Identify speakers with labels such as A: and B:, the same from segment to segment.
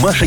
A: Маша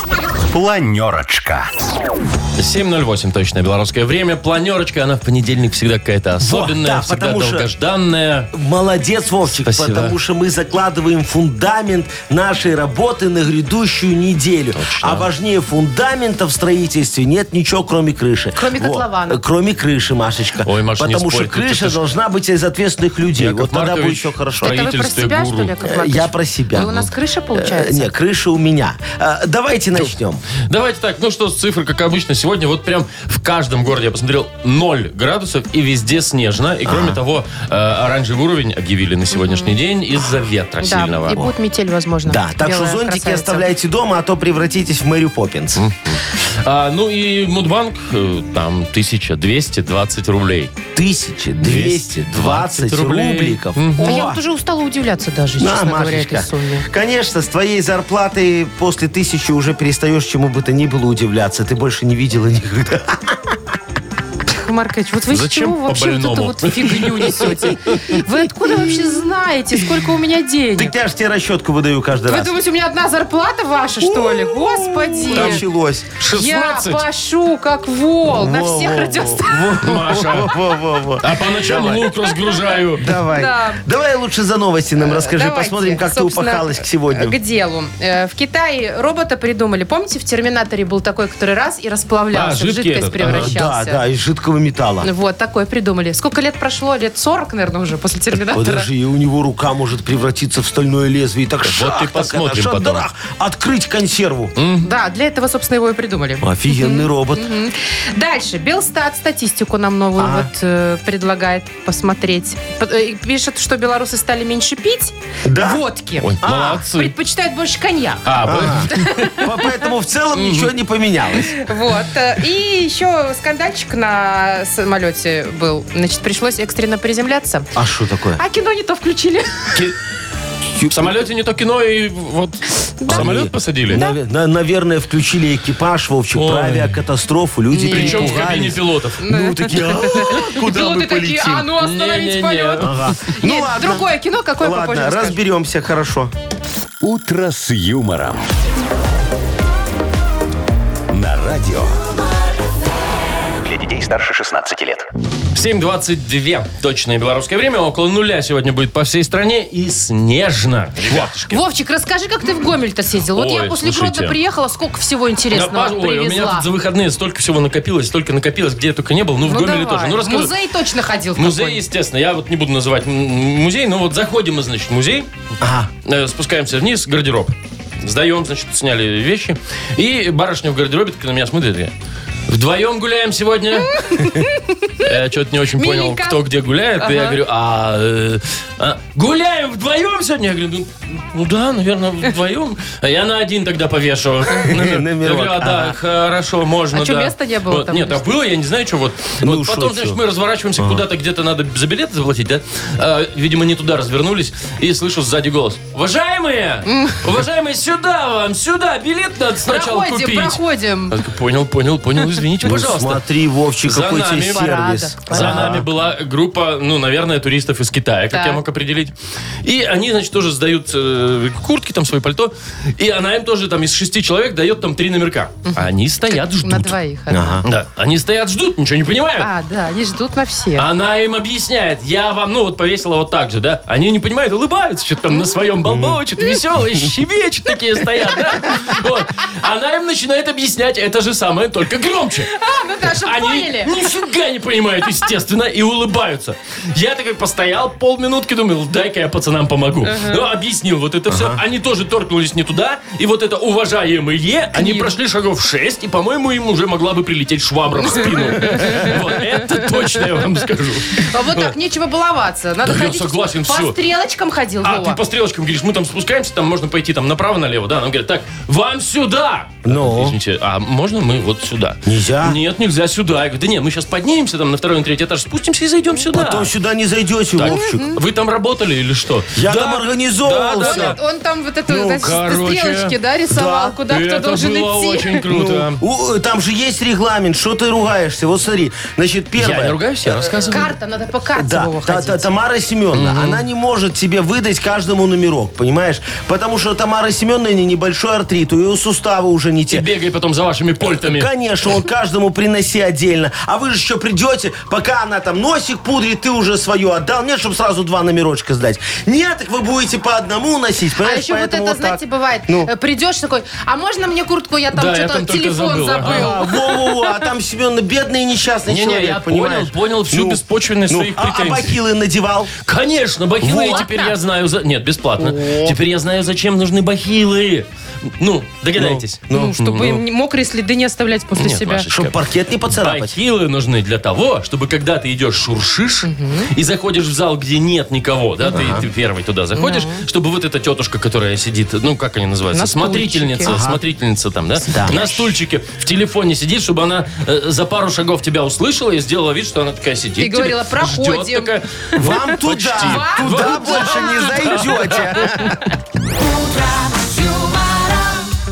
A: Планерочка.
B: 7.08 точное белорусское время. Планерочка, она в понедельник всегда какая-то особенная,
C: да,
B: всегда
C: потому что-
B: долгожданная.
C: Молодец, Вовчик,
B: Спасибо.
C: потому что мы закладываем фундамент нашей работы на грядущую неделю. А важнее фундамента в строительстве нет ничего, кроме крыши.
D: Кроме
C: Во,
D: котлована.
C: э, Кроме крыши, Машечка.
B: Ой, Маша, не
C: потому
B: спорь,
C: что
B: тут это
C: крыша
B: ж-
C: должна быть из ответственных людей.
B: Яков
C: вот тогда будет
B: Маркович,
C: все хорошо.
B: строитель.
D: Это вы про
B: Строительство
D: себя,
B: гуру.
D: что ли, Яков
C: Э,
D: Маркович?
C: Я про себя.
D: Вы у нас крыша получается?
C: Э, Не, крыша у меня. Э, Давайте начнем.
B: Давайте так, ну что, цифры, как обычно, сегодня вот прям в каждом городе я посмотрел 0 градусов и везде снежно. И кроме того, э, оранжевый уровень объявили на сегодняшний день из-за ветра
D: Да,
B: сильного.
D: и будет метель, возможно.
C: Да, так что
D: Белая
C: зонтики
D: красавица.
C: оставляйте дома, а то превратитесь в Мэри Поппинс.
B: А, ну и Мудбанк, э, там 1220 рублей.
C: 1220
B: рублей.
C: рубликов.
D: А
C: О!
D: я вот уже устала удивляться даже, честно говоря, этой сумме.
C: Конечно, с твоей зарплаты после тысячи уже перестаешь чему бы то ни было удивляться. Ты больше не видела никогда.
D: Маркович, вот вы с
B: Зачем
D: чего вообще вот эту
B: по-больному?
D: вот фигню несете? Вы откуда вообще знаете, сколько у меня денег?
C: Так я ж тебе расчетку выдаю каждый
D: Вы
C: раз.
D: думаете, у меня одна зарплата ваша, что ли?
C: Там
D: Господи!
C: Началось.
D: Я
B: 16?
D: пашу, как вол, на
C: Во,
D: всех
C: во, во.
D: радиостанциях.
B: Маша.
C: Во-во-во.
B: А по ночам
C: Давай.
B: лук разгружаю.
C: Давай.
D: Да.
C: Давай лучше за новости нам расскажи.
D: Давайте,
C: Посмотрим, как ты
D: собственно,
C: упахалась к
D: К
C: сегодня.
D: делу. Э, В Китае робота придумали. Помните, в «Терминаторе» был такой, который раз и
B: А,
D: расплавлялся, в
B: жидкий
D: жидкость
B: этот, ага.
C: Да,
D: превращался.
C: да, из жидкого металла.
D: Вот, такой придумали. Сколько лет прошло? Лет 40, наверное, уже после «Терминатора».
C: Подожди, и у него рука может превратиться в стальное лезвие. И так шах,
B: ты
C: так
B: посмотрим
C: она,
B: потом.
C: шандарах. Открыть консерву.
D: Да, для этого, собственно, его и придумали.
C: Офигенный робот.
D: Дальше. Белстат статистику нам новую
C: А.
D: вот э, предлагает посмотреть. П- э, Пишет, что белорусы стали меньше пить
C: Да?
D: водки.
B: Ой, А, молодцы.
D: Предпочитают больше коньяк.
B: А, вы-
C: По- Поэтому в целом ничего не поменялось.
D: Вот. э, И еще скандальчик на самолете был. Значит, пришлось экстренно приземляться.
C: А что такое?
D: А кино не то включили.
B: ки- в самолете не то кино, и вот самолет посадили.
C: Наве- на- наверное, включили экипаж, Вовчик,
B: Ой.
C: про авиакатастрофу. Люди
D: Не.
B: Причем в кабине
C: перепугались.
B: пилотов.
C: Ну, такие, «А, куда мы
D: Пилоты такие, а
C: полетим?
D: ну остановить
B: Не-не-не.
D: полет.
C: Ага.
D: Нет,
C: Ну, ладно.
D: другое кино, какое попозже
C: Ладно,
D: расскажем.
C: разберемся, хорошо.
A: «Утро с юмором». На радио. Для детей старше 16 лет.
B: 7.22. Точное белорусское время. Около нуля сегодня будет по всей стране. И снежно. Ребятушки.
D: Вовчик, расскажи, как ты в Гомель-то съездил. Вот я
B: Ой,
D: после
B: слушайте.
D: Гродно приехала, сколько всего интересного
B: Да, Паш, ой, у меня
D: привезла.
B: тут за выходные столько всего накопилось, столько накопилось, где я только не был. Ну, в
D: Ну,
B: Гомеле
D: давай.
B: тоже. Ну, расскажи.
D: Музей точно ходил в
B: Музей,
D: какой-нибудь?
B: естественно, я вот не буду называть м- м- музей, но вот заходим мы, значит, в музей,
C: Ага.
B: э, спускаемся вниз, гардероб. Сдаем, значит, сняли вещи. И барышня в гардеробе так на меня смотрит. и говорит, Вдвоем гуляем сегодня. Я что-то не очень понял,
D: Миленько.
B: кто где гуляет. И я
D: Ага.
B: говорю, а, э, а, гуляем вдвоем сегодня? Я говорю, ну, ну да, наверное, вдвоем. А я на один тогда повешу. Я
C: Номерок,
B: говорю, а да,
C: ага.
B: хорошо, можно,
D: А чё,
B: да».
D: места не было
B: Вот,
D: там,
B: Нет, а
D: может?
B: было, я не знаю, что вот.
C: Ну,
B: Вот
C: шо,
B: Потом, значит,
C: шо.
B: мы разворачиваемся куда-то, где-то надо за билет заплатить, да? А, Видимо, не туда развернулись. И слышу сзади голос. Уважаемые! Уважаемые, сюда вам, сюда! Билет надо сначала
D: Проходим,
B: купить.
D: проходим.
B: Я такой, Понял, понял, понял, извините,
C: Ну,
B: пожалуйста.
C: смотри, Вовчик,
B: За
C: какой тебе
B: нами.
C: сервис.
D: Парада.
B: За
D: Ага.
B: нами была группа, ну, наверное, туристов из Китая, как
D: Так.
B: я мог определить. И они, значит, тоже сдают э, куртки, там, свои пальто. И она им тоже, там, из шести человек дает там три номерка. А Они стоят, ждут. А.
D: На двоих.
C: Ага.
B: Да, они стоят, ждут, ничего не понимают.
D: А, да, они ждут на всех.
B: Она им объясняет, я вам, ну вот повесила вот так же, да? Они не понимают, улыбаются, что-то там на своем болбочат, веселые, щебечут такие стоят, да? Вот. Она им начинает объяснять это же самое, только громче.
D: А, ну да, чтобы
B: Они
D: поняли.
B: нифига не понимают, естественно, и улыбаются. Я такой постоял полминутки, думал, дай-ка я пацанам помогу. Ну, объяснил вот это все. Они тоже торкнулись не туда. И вот это уважаемые, они прошли шагов 6, и, по-моему, им уже могла бы прилететь швабра в спину. Вот это точно я вам скажу.
D: А вот так нечего баловаться. Надо
B: Да я
D: ходить.
B: согласен,
D: по
B: всё.
D: стрелочкам ходил,
B: А,
D: Вова.
B: ты по стрелочкам говоришь, мы там спускаемся, там можно пойти там направо-налево, да? Нам говорят, так, вам сюда!
C: Ну.
B: Извините, а можно мы вот сюда?
C: Нельзя.
B: Нет, нельзя сюда. Я говорю, да нет, мы сейчас поднимемся там на второй на третий этаж, спустимся и зайдем сюда.
C: Потом сюда не зайдете, Вовчик.
B: Вы там работали или что?
C: Я
B: Да.
C: там организовывался.
B: Да, да,
D: Он, он там вот это,
B: Ну,
D: значит,
B: короче.
D: стрелочки, да, рисовал,
C: Да.
D: куда кто
B: Это
D: должен
B: было
D: идти.
C: Ну,
B: очень круто.
C: У, там же есть регламент, что ты ругаешься? Вот смотри, значит, первое.
B: Я не ругаюсь, я рассказываю.
D: Карта, надо по карте
C: Да,
D: Вова,
C: та-
D: ходить.
C: та- Тамара Семеновна, она не может тебе выдать каждому номерок, понимаешь? Потому что Тамара Семеновна небольшой артрит, у ее суставы уже не
B: И
C: те.
B: бегай потом за вашими польтами.
C: Конечно, он каждому приноси отдельно. А вы же еще придете, пока она там носик пудрит, ты уже свое отдал. Нет, чтобы сразу два номерочка сдать. Нет, так вы будете по одному носить,
D: А
C: понимаешь?
D: еще вот это,
C: Поэтому так.
D: знаете, бывает.
C: Ну.
D: Э, Придешь такой, а можно мне куртку? Я там
B: Да, я
D: что-то
B: там только
D: телефон
B: забыл,
C: А,
D: забыл.
C: во-во-во, а там Семен бедный и несчастный
B: Не-не,
C: человек,
B: я
C: понимаешь? Ну,
B: понял, понял всю беспочвенность Ну, своих
C: а-
B: претензий.
C: А бахилы надевал?
B: Конечно, бахилы
D: Вот
B: теперь
D: так.
B: я знаю... за- Нет, бесплатно. Теперь я знаю, зачем нужны бахилы. Ну, догадайтесь.
D: Ну, чтобы им не- мокрые следы не оставлять после
B: Нет,
D: себя.
B: Машечка.
C: Чтобы паркет не поцарапать.
B: Бахилы нужны для того, чтобы когда ты идешь шуршишь и заходишь в зал, где нет никого, да, ты- ты, первый туда заходишь, чтобы вот эта тетушка, которая сидит, ну как они называются,
D: На
B: смотрительница,
D: стульчике.
B: смотрительница там, да, на стульчике в телефоне сидит, чтобы она э, за пару шагов тебя услышала и сделала вид, что она такая сидит.
D: И
B: тебе,
D: говорила,
B: ждет
D: «Проходим».
B: такая.
C: Вам
B: Почти.
C: туда,
D: Вам
C: туда
D: туда.
C: больше не зайдете.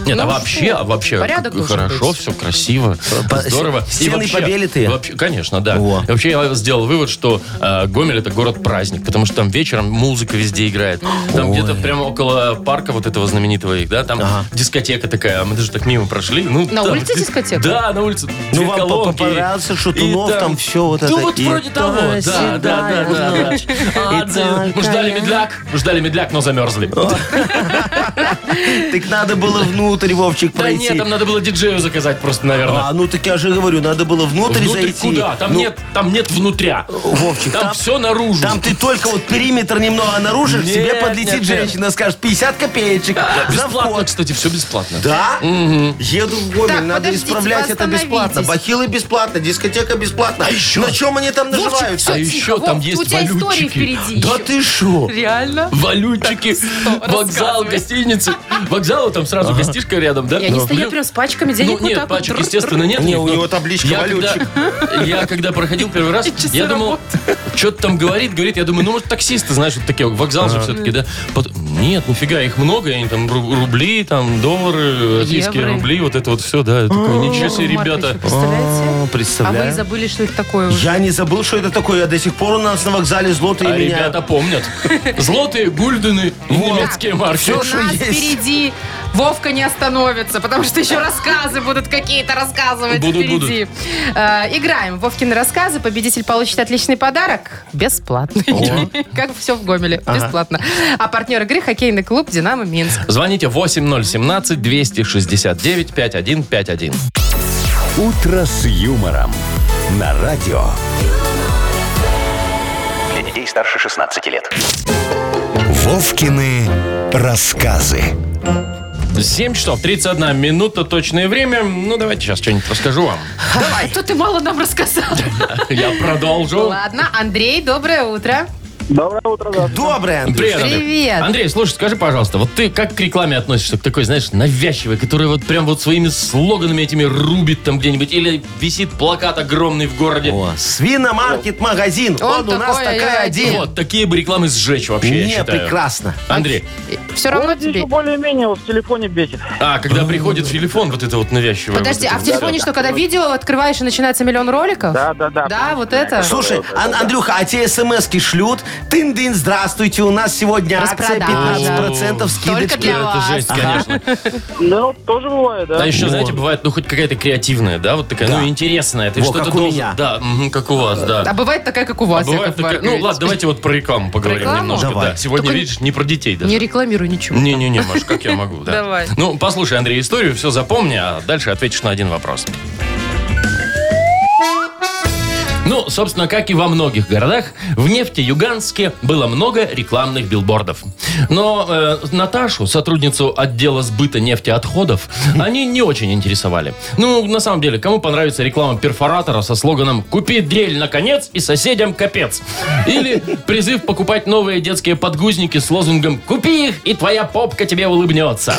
B: Нет, а
D: Ну
B: вообще,
D: что,
B: а вообще
D: порядок
B: как-
D: должен
B: хорошо,
D: быть.
B: все красиво,
C: По-
B: здорово.
C: с- стены побелитые?
B: вообще- конечно, да.
C: Во.
B: И Вообще я сделал вывод, что э, Гомель это город-праздник, потому что там вечером музыка везде играет. Там где-то прямо около парка вот этого знаменитого их, да, там дискотека такая, А мы даже так мимо прошли. Ну,
D: На
B: там-
D: улице дискотека?
B: Да, на улице.
C: Ну,
B: Две
C: вам
B: колонки.
C: по- понравился
B: И
C: Шатунов, там всё вот
B: Ну,
C: это.
B: вот
C: И
B: вроде того,
C: то
B: да, да,
C: седая
B: да, да.
C: ночь,
B: А,
C: и
B: да, Мы
C: только
B: ждали
C: я.
B: медляк, мы ждали медляк, но замерзли.
C: Так надо было внутрь, Вовчик,
B: Да
C: пройти.
B: нет, там надо было диджею заказать просто, наверное.
C: А, ну так я же говорю, надо было внутрь,
B: Внутрь
C: зайти.
B: куда? Там
C: Ну,
B: нет, там нет внутря.
C: Вовчик,
B: Там,
C: там,
B: все наружу.
C: там ты только вот периметр немного нарушишь,
B: Нет,
C: тебе подлетит
B: нет, нет.
C: женщина, скажет 50 копеечек за
B: бесплатно,
C: вход.
B: кстати, все бесплатно.
C: Да? Еду в Гомель,
D: Так,
C: надо
D: подождите,
C: исправлять
D: вы
C: это бесплатно.
D: остановитесь.
C: Бахилы бесплатно, дискотека бесплатно. А еще? На чем они там
D: Вовчик,
C: наживаются?
B: А
D: всё,
B: еще
D: тихо,
B: там
D: Вов,
B: есть
D: У тебя история
B: валютчики.
D: впереди
C: Да
D: еще.
C: ты шо?
D: Реально?
B: Валютчики, вокзал,
D: рассказывай.
B: гостиницы. Вокзал, там сразу гостишка рядом, да?
D: И они
B: Ну,
D: стоят
B: блин.
D: прям с пачками
B: Ну,
D: денег вот
B: нет,
D: так вот.
B: пачек,
D: Тррр.
B: естественно, нет.
C: Не,
B: Нет,
C: у
B: но
C: него табличка
B: я когда- Я когда проходил первый раз,
D: И часы
B: я думал, что-то там говорит, говорит, я думаю, ну, может, таксисты, знаешь, вот такие, вокзал же все-таки, да? Потом, Нет, нифига, их много, и они там ру- рубли, там доллары, российские
D: Евро.
B: рубли, вот это вот все, да. Я такой, Ничего себе,
D: Маркович,
B: ребята.
C: А,
D: Представляете? А
C: Представляю.
D: мы и забыли, что это такое уже.
C: Я не забыл, что это такое. Я до сих пор у нас на вокзале злотые
B: А
C: меня.
B: ребята помнят. Злотые, гульдены и немецкие марки.
C: Всё,
D: У
C: что
D: нас
C: есть.
D: впереди Вовка не остановится, потому что еще рассказы будут какие-то рассказывать
B: Будут,
D: впереди. Э, играем. Вовкины рассказы. Победитель получит отличный подарок. Бесплатно. Как все в Гомеле. Бесплатно. А партнер игры хоккейный клуб «Динамо Минск».
B: Звоните 8017-269-5151.
A: «Утро с юмором» на радио.
E: Для детей старше 16 лет.
A: Вовкины рассказы.
B: 7 часов 31 минута, точное время. Ну, давайте сейчас что-нибудь расскажу вам.
D: А то ты мало нам рассказал.
B: Я продолжу.
D: Ладно, Андрей, доброе утро.
C: Доброе, Андрей.
B: Привет, Андрей.
D: Привет.
B: Андрей, слушай, скажи, пожалуйста, вот ты как к рекламе относишься? К такой, знаешь, навязчивой, которая вот прям вот своими слоганами этими рубит там где-нибудь или висит плакат огромный в городе?
C: О, Свиномаркет-магазин.
D: Он
C: Он, у нас
D: такой,
C: такая
D: я
C: один.
B: Вот, такие бы рекламы сжечь вообще, я
C: Не,
B: считаю.
C: прекрасно.
B: Андрей,
D: Все равно
F: Вот
D: тебе...
F: еще Ну, более-менее вот в телефоне бесит.
B: а когда приходит телефон, вот это вот навязчивое. вот
D: Подожди,
B: это
D: а в
B: вот
D: телефоне что, когда видео открываешь и начинается миллион роликов?
F: Да, да, да.
D: Да, вот это?
C: Слушай, Ан- Андрюха, а те смс-ки шлют? Тын-дын, здравствуйте, у нас сегодня акция
D: Распродажа.
C: 15%
D: Только
C: скидочки.
D: для
B: всё.
D: вас.
B: Это жесть, конечно.
F: Ну, тоже бывает, да.
B: А еще, знаете, бывает, ну, хоть какая-то креативная, да, вот такая, ну, интересная. Ты
C: Во,
B: что-то
C: как у
B: должен...
C: меня.
B: Да, мгм, как у вас, да.
D: А бывает такая, как у вас,
B: Бывает
D: Яков
B: такая- Ну,
D: Маркович.
B: ладно, давайте вот про рекламу поговорим
D: рекламу?
B: немножко.
C: Давай.
B: Да. Сегодня,
D: Только-
B: видишь, не про детей даже.
D: Не рекламируй ничего.
B: Не-не-не, Маш, как я могу, да.
D: Давай.
B: Ну, послушай, Андрей, историю, все запомни, а дальше ответишь на один вопрос. Ну, собственно, как и во многих городах, в Нефтеюганске было много рекламных билбордов. Но э, Наташу, сотрудницу отдела сбыта нефтеотходов, они не очень интересовали. Ну, на самом деле, кому понравится реклама перфоратора со слоганом «Купи дрель, наконец, и соседям капец». Или призыв покупать новые детские подгузники с лозунгом «Купи их, и твоя попка тебе улыбнется».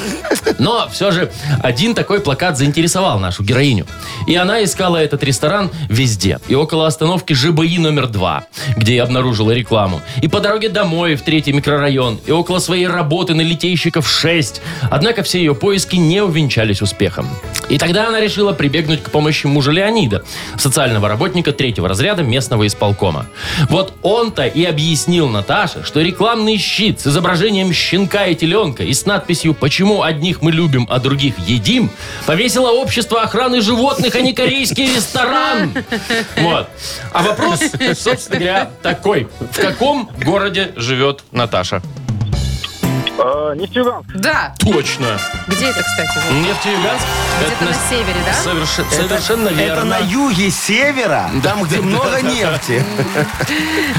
B: Но все же один такой плакат заинтересовал нашу героиню. И она искала этот ресторан везде. И около остановки ЖБИ номер 2, где я обнаружила рекламу. И по дороге домой в третий микрорайон. И около своей работы на литейщиков 6. Однако все ее поиски не увенчались успехом. И тогда она решила прибегнуть к помощи мужа Леонида, социального работника третьего разряда местного исполкома. Вот он-то и объяснил Наташе, что рекламный щит с изображением щенка и теленка и с надписью «Почему одних мы любим, а других едим» повесило общество охраны животных, а не корейский ресторан. Вот. А вопрос, собственно говоря, такой. В каком городе живет Наташа?
F: Э, Нефтеюганск.
D: Да.
B: Точно.
D: Где это, кстати? вот?
B: Нефтеюганск?
D: Где-то на севере, да?
B: Совершенно верно.
C: Это на юге севера, там, где много нефти.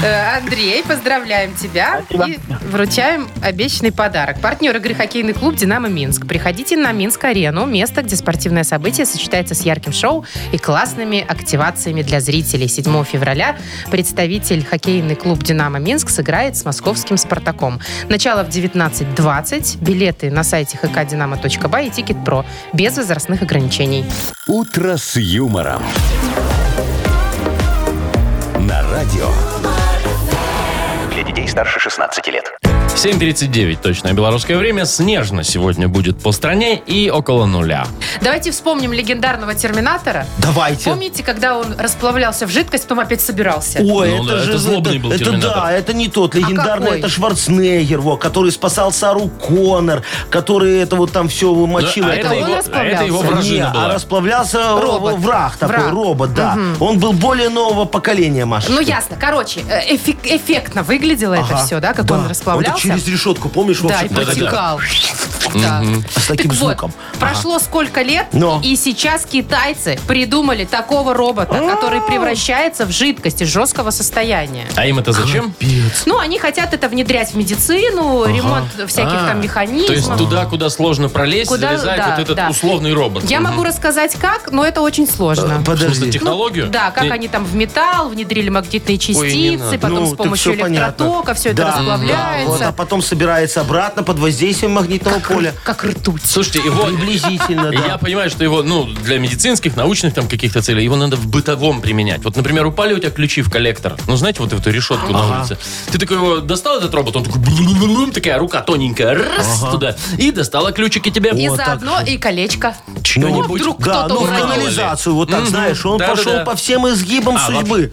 D: Э, Андрей, поздравляем тебя и вручаем обещанный подарок. Партнер игры хоккейный клуб «Динамо Минск». Приходите на Минск-арену, место, где спортивное событие сочетается с ярким шоу и классными активациями для зрителей. 7 февраля представитель хоккейный клуб «Динамо Минск» сыграет с московским «Спартаком». Начало в 19.20. Билеты на сайте hkdinamo.by и Тикет.Про. Без возрастных ограничений.
A: «Утро с юмором». На радио.
E: Для детей старше 16 лет.
B: 7.39, точное белорусское время. Снежно сегодня будет по стране и около нуля.
D: Давайте вспомним легендарного «Терминатора».
C: Давайте.
D: Помните, когда он расплавлялся в жидкость, потом опять собирался?
C: Ой,
B: Ну да,
C: это же...
B: это злобный был
C: это
B: «Терминатор».
C: да, это не тот легендарный,
D: А какой?
C: это Шварценеггер, во, который спасал Сару Коннор, который это вот там все мочил.
B: а,
C: это
B: это
D: он
B: его, а это
D: расправлялся?
B: его
D: Не,
C: Не,
B: вражина
C: а
B: была.
C: расплавлялся
D: Робот.
C: робот. враг такой,
D: Враг.
C: робот, да. Он был более нового поколения, Маша.
D: Ну, ясно. Короче, э, эффек- эффектно выглядело это
C: Ага.
D: все, да, как
C: Да.
D: он расплавлялся.
C: Вот через решетку, помнишь,
D: Да,
C: Вовчик?
D: и протекал. Да.
C: С таким
D: Так вот,
C: звуком.
D: прошло сколько лет,
C: Но.
D: и сейчас китайцы придумали такого робота, который превращается в жидкость из жесткого состояния.
B: А им это зачем?
D: Ну, они хотят это внедрять в медицину, ремонт всяких
B: А,
D: там механизмов.
B: То есть туда, куда сложно пролезть,
D: Куда-
B: залезает
D: да,
B: вот этот
D: да.
B: условный робот.
D: Я могу рассказать как, но это очень
C: Э,
D: сложно. Ну,
B: Что,
C: Подожди.
B: технологию?
D: Да, как
B: И-
D: они там в металл внедрили магнитные частицы,
B: надо.
D: потом
C: Ну,
D: с
C: так
D: помощью
C: всё понятно.
D: электротока все это
C: Да,
D: расплавляется.
C: Вот, а потом собирается обратно под воздействием магнитного поля.
D: Как ртуть.
B: Слушайте, его...
C: Приблизительно,
B: Я
C: да.
B: понимаю, что его, ну, для медицинских, научных там каких-то целей, его надо в бытовом применять. Вот, например, упали у тебя ключи в коллектор. Ну, знаете, вот эту решетку на улице. Ты такой его достал, этот робот, он такой, блум-блум-блум, такая рука тоненькая, раз туда, и достала ключики тебе.
D: И
C: Вот так
D: заодно и колечко.
B: Чего-нибудь.
D: Ну, вдруг
C: Да,
D: кто-то
C: ну в
D: уронил.
C: канализацию, вот так,
B: Мгм.
C: знаешь, он
B: Да-да-да.
C: пошел по всем изгибам
B: А,
C: судьбы.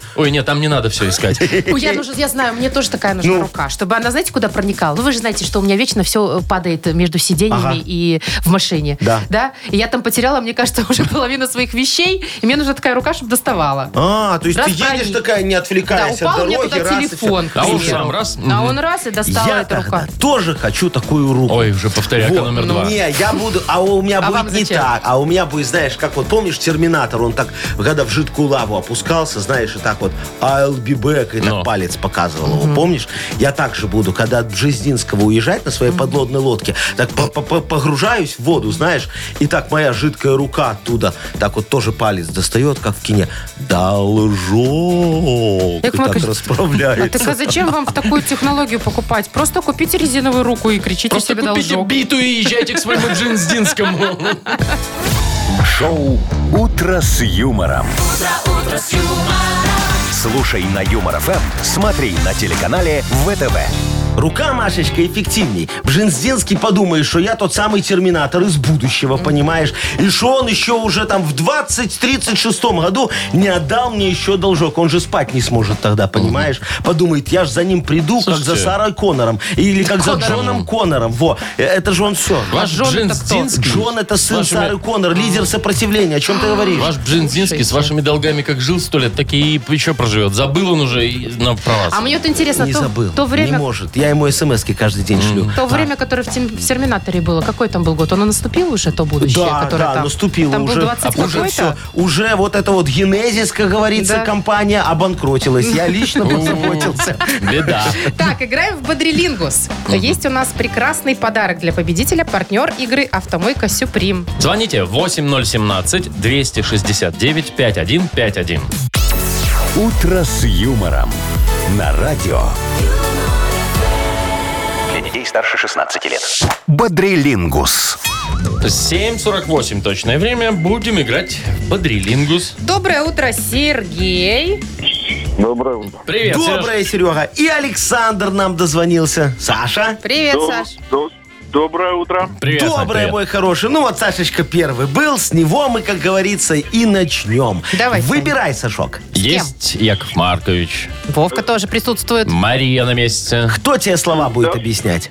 B: вообще- Ой, нет, там не надо все искать.
D: Ой, я, нужен, я знаю, мне тоже такая нужна
C: Ну.
D: рука, чтобы она, знаете, куда проникала? Ну, вы же знаете, что у меня вечно все падает между сиденьями
C: Ага.
D: и в машине.
C: Да.
D: Да? И я там потеряла, мне кажется, уже половину своих вещей, и мне нужна такая рука, чтобы доставала.
C: А, то есть ты
D: Раз
C: едешь
D: проник.
C: такая, не
D: Да,
C: отвлекаясь
D: упал
C: от
D: у меня
C: дороги,
D: туда
C: раз и всё.
D: телефон. к
B: А он
D: примеру.
B: сам раз,
D: А
B: мгм.
D: он раз и достала
C: Я
D: эта рука.
C: тогда тоже хочу такую руку.
B: Ой, уже повторяка
C: Вот. ну
B: номер два.
C: Не, я буду, а у меня
D: А вам
C: будет не
D: зачем?
C: так. А у меня будет, знаешь, как вот помнишь Терминатор, он так, когда в жидкую лаву опускался, знаешь, и так вот I'll be back, и
B: Но.
C: так палец показывал его, помнишь? Я так же буду, когда от Бжездинского уезжать на своей подлодной лодке, так по- по- по- погружаюсь в воду, знаешь, и так моя жидкая рука оттуда, так вот тоже палец достает, как в кине, должок, и
D: Яков
C: так
D: Маркович, а
C: расправляется.
D: так а зачем вам в такую технологию покупать? Просто купите резиновую руку и кричите
B: Просто
D: себе
B: купите
D: должок.
B: биту и езжайте к своему Джинсдинскому.
C: А
A: Шоу «Утро с юмором». Слушай на Юмор ФМ, смотри на телеканале ВТВ.
C: Рука, Машечка, эффективней. Бжензинский подумает, что я тот самый терминатор из будущего, понимаешь? И что он еще уже там в 20-36 году не отдал мне еще должок. Он же спать не сможет тогда, понимаешь? Подумает, я же за ним приду, как
B: Слушайте.
C: за Сарой Коннором. Или как за
D: Коннором.
C: Джоном Коннором. Во, Э, это же он все.
B: Ваш
D: Джон это кто?
B: Бжензинский.
C: Джон это
B: с
C: сын
B: вашими-
C: Сары Коннор, лидер сопротивления. О чем ты говоришь?
B: Ваш Бжензинский с вашими долгами как жил сто лет, так и еще проживет. Забыл он уже и на- про вас.
D: А мне вот интересно,
C: Не
D: то,
C: забыл.
D: то время,
C: Не может. Я я ему смс каждый день шлю.
D: То время, которое в, тем- в Терминаторе было, какой там был год? Оно наступило уже, то будущее,
C: Да,
D: которое
C: да,
D: там?
C: наступило
D: там
C: уже. а
D: был 20
C: уже
D: какой-то?
C: всё. Уже вот это вот генезис, как говорится,
D: Да.
C: компания обанкротилась. Я лично позаботился.
B: Беда.
D: Так, играем в Бодрилингус. Есть у нас прекрасный подарок для победителя, партнер игры «Автомойка Сюприм».
B: Звоните 8017-269-5151.
A: «Утро с юмором» на радио.
E: Для детей старше 16 лет.
A: Бодрилингус.
B: 7.48 точное время. Будем играть в Бодрилингус.
D: Доброе утро, Сергей.
F: Доброе утро.
B: Привет, Сереж.
C: Доброе, Серега. И Александр нам дозвонился. Саша?
D: Привет,
F: Доб-
D: Саш.
F: до- Доброе утро.
B: Привет, Сань,
C: Доброе,
B: привет.
C: мой хороший. Ну вот Сашечка первый был, с него мы, как говорится, и начнем.
D: Давай, Саня.
C: Выбирай, Сашок.
B: Есть Яков Маркович.
D: Вовка тоже присутствует.
B: Мария на месте.
C: Кто тебе слова будет
F: Да.
C: объяснять?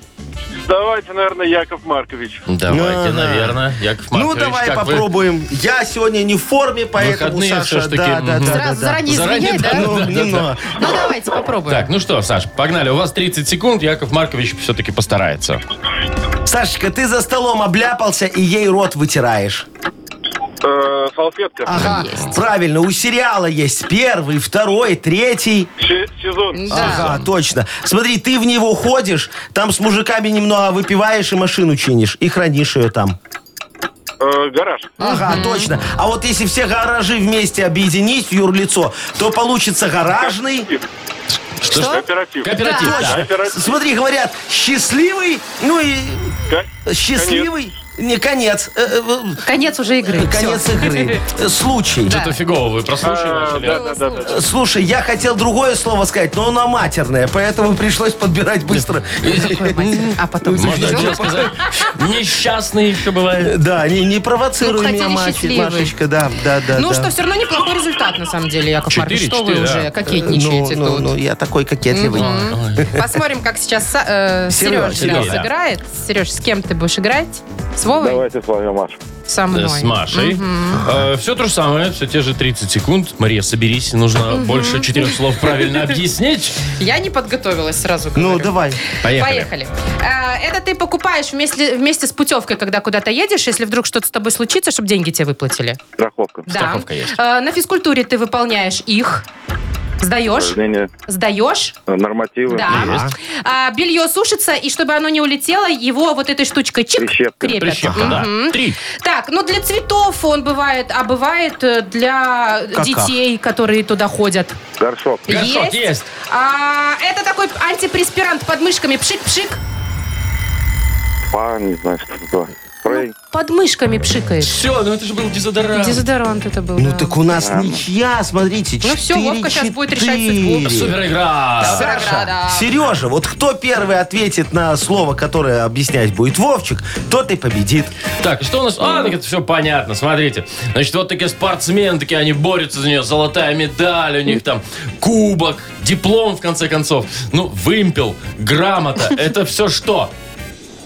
F: Давайте, наверное, Яков Маркович.
B: Давайте,
C: Ага.
B: наверное. Яков Маркович,
C: Ну давай
B: как вы?
C: попробуем. Я сегодня не в форме, поэтому
B: Выходные
C: Саша,
B: всё ж таки.
C: да, да,
B: Мгм.
C: да, да,
D: Сразу
C: да.
D: заранее
B: Заранее,
D: извиняй,
B: да,
D: да?
B: да.
D: Ну,
C: Ну, немного.
D: давайте попробуем.
B: Так, ну что, Саш, погнали. У вас 30 секунд. Яков Маркович все-таки постарается.
C: Сашечка, ты за столом обляпался и ей рот вытираешь.
F: Э, салфетка.
D: А.
C: Ага,
D: Есть.
C: правильно, у сериала есть первый, второй, третий.
F: Се- сезон.
D: Да.
C: Ага, точно. Смотри, ты в него ходишь, там с мужиками немного выпиваешь и машину чинишь, и хранишь ее там.
F: Э, гараж.
C: Ага, точно. А вот если все гаражи вместе объединить в юрлицо, то получится гаражный.
B: Что? ж-
F: Кооператив.
B: Кооператив.
D: Да.
B: да.
C: Точно.
F: Кооператив.
C: Смотри, говорят, счастливый, ну и
F: Ко-
C: счастливый. Не конец. э, э,
D: Конец уже игры.
C: э, Конец
D: Всё.
C: игры. Э, Случай.
B: Что-то А фигово вы прослушали.
F: А,
B: начали.
F: да, да, да, да.
C: Э, Слушай, я хотел другое слово сказать, но оно матерное, поэтому пришлось подбирать быстро.
D: Какой мастер. А потом
B: Можно
D: всё.
B: честно сказать, несчастный еще бывает.
C: Да, не, не
D: Ну,
C: провоцируй
D: хотели
C: меня, Машечка,
D: счастливый.
C: Машечка, да, да, да.
D: Ну
C: да.
D: что, все равно неплохой результат, на самом деле, Яков
B: Четыре,
D: Маркович. Что вы
B: четыре,
C: Э,
B: да.
D: уже кокетничаете
C: ну, ну,
D: тут?
C: ну, я такой кокетливый.
D: Посмотрим, как сейчас э,
C: Серёж,
D: Сереж
B: Серёж.
D: сыграет. Сереж, с кем ты будешь играть? С Вовой?
F: Давайте с вами, Маш.
D: Со мной.
B: Э, С Машей. все то же самое, все те же 30 секунд. Мария, соберись, нужно больше четырех слов правильно объяснить.
D: Я не подготовилась сразу.
C: Ну,
D: говорю.
C: давай.
B: Поехали.
D: Поехали. А, Это ты покупаешь вместе, вместе с путевкой, когда куда-то едешь, если вдруг что-то с тобой случится, чтобы деньги тебе выплатили.
F: Страховка.
B: Страховка есть.
D: А, На физкультуре ты выполняешь их. Сдаешь,
F: Упражнение,
D: сдаешь,
F: э, Нормативы.
D: да. А, белье сушится, и чтобы оно не улетело, его вот этой штучкой чик
F: Прищепка.
D: крепят.
B: Прищепка,
D: Мгм.
B: да. Три.
D: Так, ну для цветов он бывает, а бывает э, для
C: Каках.
D: детей, которые туда ходят.
F: Горшок.
B: Горшок есть.
D: А, это такой антипреспирант под мышками. Пшик-пшик.
F: Па, А, не знаю, что такое. Спрей.
D: Под мышками пшикаешь.
B: Все, ну это же был дезодорант.
D: Дезодорант это был.
C: Ну
D: да.
C: так у нас ничья, смотрите,
D: Ну всё, Вовка щас будет решать судьбу.
C: 4-4.
B: Супер игра.
D: Игра, да.
C: Саша, Сережа, вот кто первый ответит на слово, которое объяснять будет Вовчик, тот и победит.
B: Так, что у нас? А, так это все понятно, смотрите. Значит, вот такие спортсмены, такие они борются за нее. Золотая медаль у них там, кубок, диплом, в конце концов. Ну, вымпел, грамота. Это все что?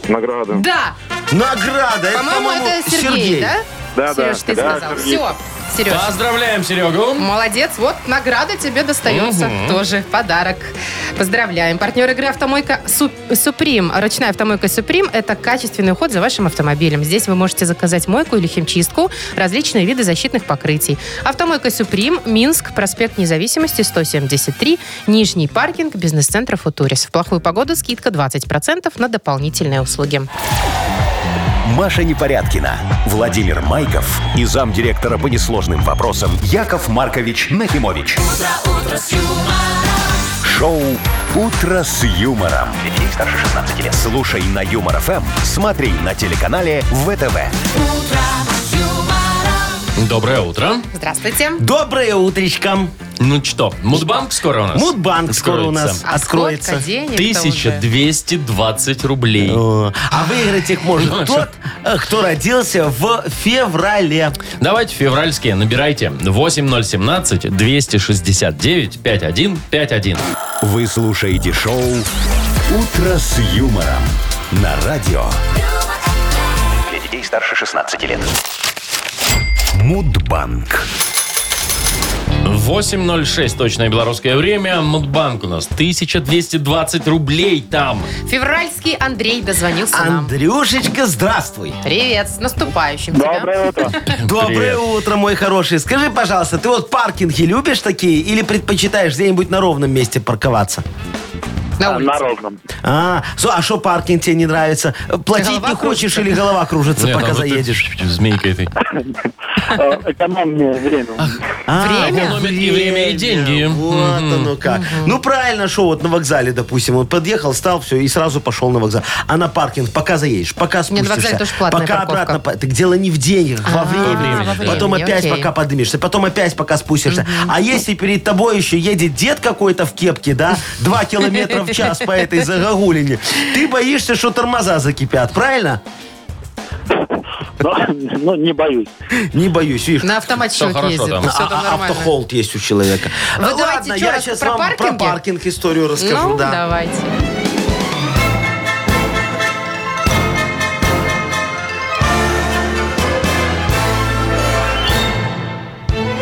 F: Награда.
D: Да,
C: Награда, это,
D: по-моему,
C: по-моему,
D: это Сергей, да?
F: Да, да.
D: Сереж, ты
F: Да,
D: сказал.
F: Сергей.
D: Все, Сереж.
B: Поздравляем, Серегу.
D: Молодец, вот награда тебе достается тоже в подарок. Поздравляем. Партнер игры «Автомойка Су- Суприм». Ручная «Автомойка Суприм» – это качественный уход за вашим автомобилем. Здесь вы можете заказать мойку или химчистку, различные виды защитных покрытий. «Автомойка Суприм», Минск, проспект Независимости, 173, Нижний паркинг, бизнес-центр «Футурис». В плохую погоду скидка 20% на дополнительные услуги.
A: Маша Непорядкина, Владимир Майков и замдиректора по несложным вопросам Яков Маркович Нахимович. Шоу Утро с юмором.
E: Для детей старше 16 лет.
A: Слушай на юмор ФМ, смотри на телеканале ВТВ.
B: Доброе утро.
D: Здравствуйте.
C: Доброе утречко.
B: Ну что, Мудбанк скоро у нас?
C: Мудбанк скоро у нас
B: Откроется.
D: А
C: откроется.
D: сколько денег-то уже?
B: 1220 рублей.
C: О, А выиграть их
B: Ну,
C: может
B: всё.
C: тот, э, кто родился в феврале.
B: Давайте февральские, набирайте. 8017-269-5151.
A: Вы слушаете шоу Утро с юмором на радио
E: Для детей старше 16 лет.
A: Мудбанк.
B: 8.06 точное белорусское время. Мудбанк у нас 1220 рублей там.
D: Февральский Андрей дозвонился нам.
C: Андрюшечка, здравствуй.
D: Привет, с наступающим тебя.
F: Доброе утро.
C: Доброе утро, мой хороший. Скажи, пожалуйста, ты вот паркинги любишь такие или предпочитаешь где-нибудь на ровном месте парковаться?
D: На
F: На
D: улице.
F: ровном.
C: А, со- а что паркинг тебе не нравится? Платить
D: Голова
C: не хочешь
D: кружится.
C: или голова кружится,
B: Не, там
C: пока
B: а вот ты
C: заедешь?
B: Змейкой этой.
F: Э, Экономнее время.
C: А,
D: Время?
C: вот
B: Экономит и время, и деньги.
C: Вот оно как. Ну, правильно, что вот на вокзале, допустим, он подъехал, стал, все, и сразу пошел на вокзал. А на паркинг пока заедешь, пока
D: Не, на
C: спустишься.
D: вокзале тоже платная
C: пока
D: парковка. А,
C: обратно. па- Так дело не в деньгах, во времени.
D: во времени,
C: Потом опять
D: окей.
C: пока подымешься, потом опять пока спустишься. А если перед тобой еще едет дед какой-то в кепке, да, два километра в час по этой загогулине, ты боишься, что тормоза закипят, правильно?
F: Но, ну, не боюсь.
C: Не боюсь, видишь,
D: На автомате
B: Всё
D: человек
B: хорошо
D: ездит.
B: там.
D: Все
C: А-
D: Ну, там
C: а-
D: нормально.
C: Автохолд есть у человека.
D: Вы
C: Ладно,
D: давайте чё,
C: я
D: раз
C: сейчас
D: про
C: вам про
D: паркинги?
C: паркинг историю расскажу.
D: Ну,
C: да.
D: давайте.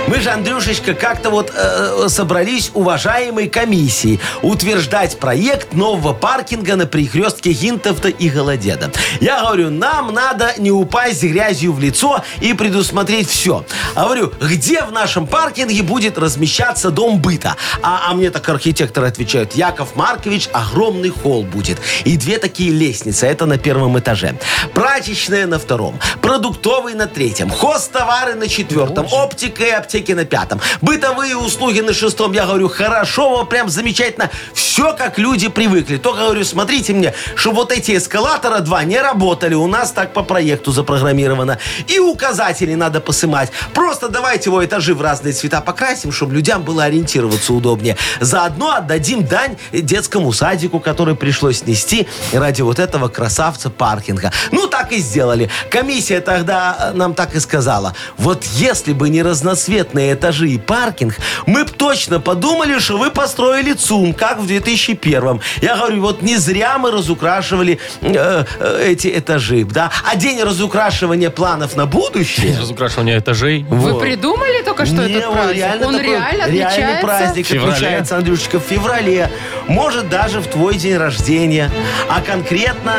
C: Мы же, Андрюшечка, как-то вот э, собрались уважаемой комиссии утверждать проект нового паркинга на перекрестке Гинтовта и Голодеда. Я говорю, нам надо не упасть грязью в лицо и предусмотреть все. А говорю, где в нашем паркинге будет размещаться дом быта? А, а мне так архитектор отвечает, Яков Маркович, огромный холл будет. И две такие лестницы, а это на первом этаже. Прачечная на втором, продуктовый на третьем, хозтовары на четвертом, оптика и аптеки на пятом, бытовые услуги на шестом. Я говорю, хорошо, вот прям замечательно. Все, как люди привыкли. Только говорю, смотрите мне, чтобы вот эти эскалатора два не работали. У нас так по проекту запрограммировано. И указатели надо посымать. Просто давайте его этажи в разные цвета покрасим, чтобы людям было ориентироваться удобнее. Заодно отдадим дань детскому садику, который пришлось снести ради вот этого красавца паркинга. Ну, так и сделали. Комиссия тогда э, нам так и сказала. Вот если бы не разноцветные этажи и паркинг, мы бы точно подумали, что вы построили ЦУМ, как в 2001 Я говорю, вот не зря мы разукрашивали э, э, эти этажи, да? А день разукрашивания планов на будущее...
B: Разукрашивание этажей.
D: Вы
C: вот.
D: придумали только А что
C: Не,
D: этот
C: он
D: праздник?
C: реально
D: Он
C: такой
D: реально
C: реальный
D: отличается?
C: праздник
B: Феврале.
C: отмечается, Андрюшечка, в феврале. Может, даже в твой день рождения. А конкретно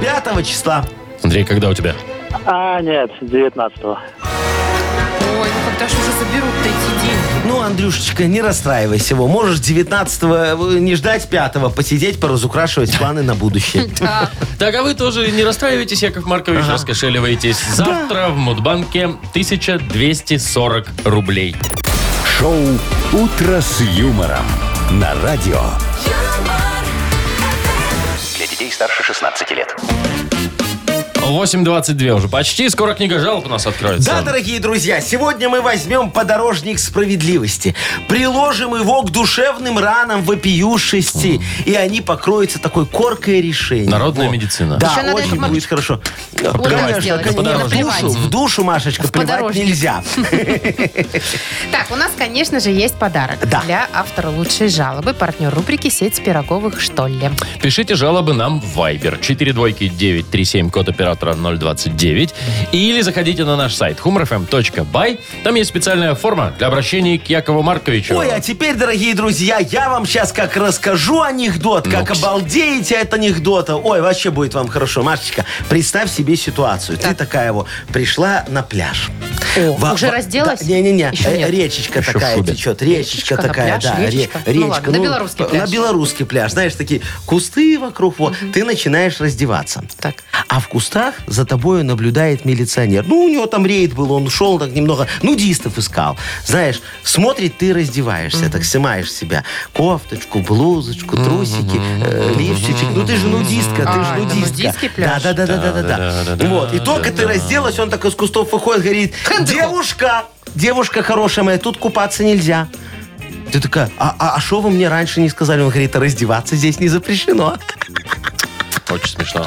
C: 5 числа.
B: Андрей, когда у тебя?
F: А, нет, 19-го.
D: Ой, ну когда же уже заберут-то эти деньги?
C: Ну, Андрюшечка, не расстраивайся его. Можешь 19 не ждать 5 посидеть, поразукрашивать планы на будущее.
D: Да.
B: Так, а вы тоже не расстраивайтесь, Яков Маркович, раскошеливайтесь. Завтра в Мудбанке 1240 рублей.
A: Шоу «Утро с юмором» на радио.
G: юмор,
E: Для детей старше 16 лет.
B: 8.22 уже почти. Скоро книга жалоб у нас откроется.
C: Да, дорогие друзья, сегодня мы возьмем подорожник справедливости, приложим его к душевным ранам вопиюшести, и они покроются такой коркой решения.
B: Народная
C: Во.
B: медицина.
C: Да,
D: Еще надо,
C: очень
D: Яков Маркович,
C: будет хорошо.
D: Плевать сделать,
B: на
C: конечно, в
D: подорожник.
C: душу, в душу, Машечка, плевать
D: подорожник.
C: нельзя.
D: Так, у нас, конечно же, есть подарок
C: Да.
D: для автора лучшей жалобы, партнер рубрики «Сеть пироговых, что ли».
B: Пишите жалобы нам в Viber 42937, код оператора 029. Или заходите на наш сайт humorfm.by. Там есть специальная форма для обращения к Якову Марковичу.
C: Ой, а теперь, дорогие друзья, я вам сейчас как расскажу анекдот, как обалдеете от анекдота. Ой, вообще будет вам хорошо. Машечка, представь себе ситуацию. Ты такая вот пришла на пляж.
D: О,
C: Во-
D: уже
C: во-
D: разделась?
C: Да, Не-не-не,
D: Еще
C: э,
D: нет.
C: речечка
B: Еще в
C: такая
B: шубе.
C: течет. Речечка
D: Речечка на
C: такая,
D: пляж,
C: да. ре-
D: речка. Ну ладно, на белорусский
C: п-
D: пляж.
C: На белорусский пляж. Знаешь, такие кусты вокруг. Вот, ты начинаешь раздеваться.
D: Так.
C: А в кустах за тобою наблюдает милиционер. Ну, у него там рейд был, он шел так немного, нудистов искал. Знаешь, смотрит, ты раздеваешься, так снимаешь с себя кофточку, блузочку, трусики, э, лифчик. Ну, ты же нудистка, ты
D: А,
C: же
D: это
C: нудистка.
D: нудистский пляж?
C: Да, да, да, да, да, да, да. Вот, и только ты разделась, он так из кустов выходит, говорит, девушка, девушка хорошая моя, тут купаться нельзя. Ты такая, а что вы мне раньше не сказали? Он говорит, «А раздеваться здесь не запрещено.
B: Очень смешно.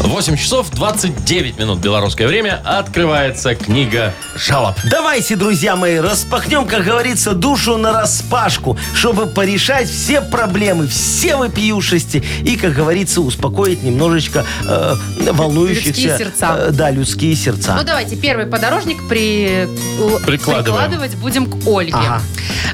B: 8 часов 29 минут белорусское время. Открывается книга жалоб.
C: Давайте, друзья мои, распахнем, как говорится, душу на распашку, чтобы порешать все проблемы, все вопиюшести и, как говорится, успокоить немножечко э, волнующихся...
D: Людские сердца.
C: э, да, людские сердца.
D: Ну, давайте первый подорожник при... л-
B: Прикладываем.
D: прикладывать будем к Ольге.
C: Ага.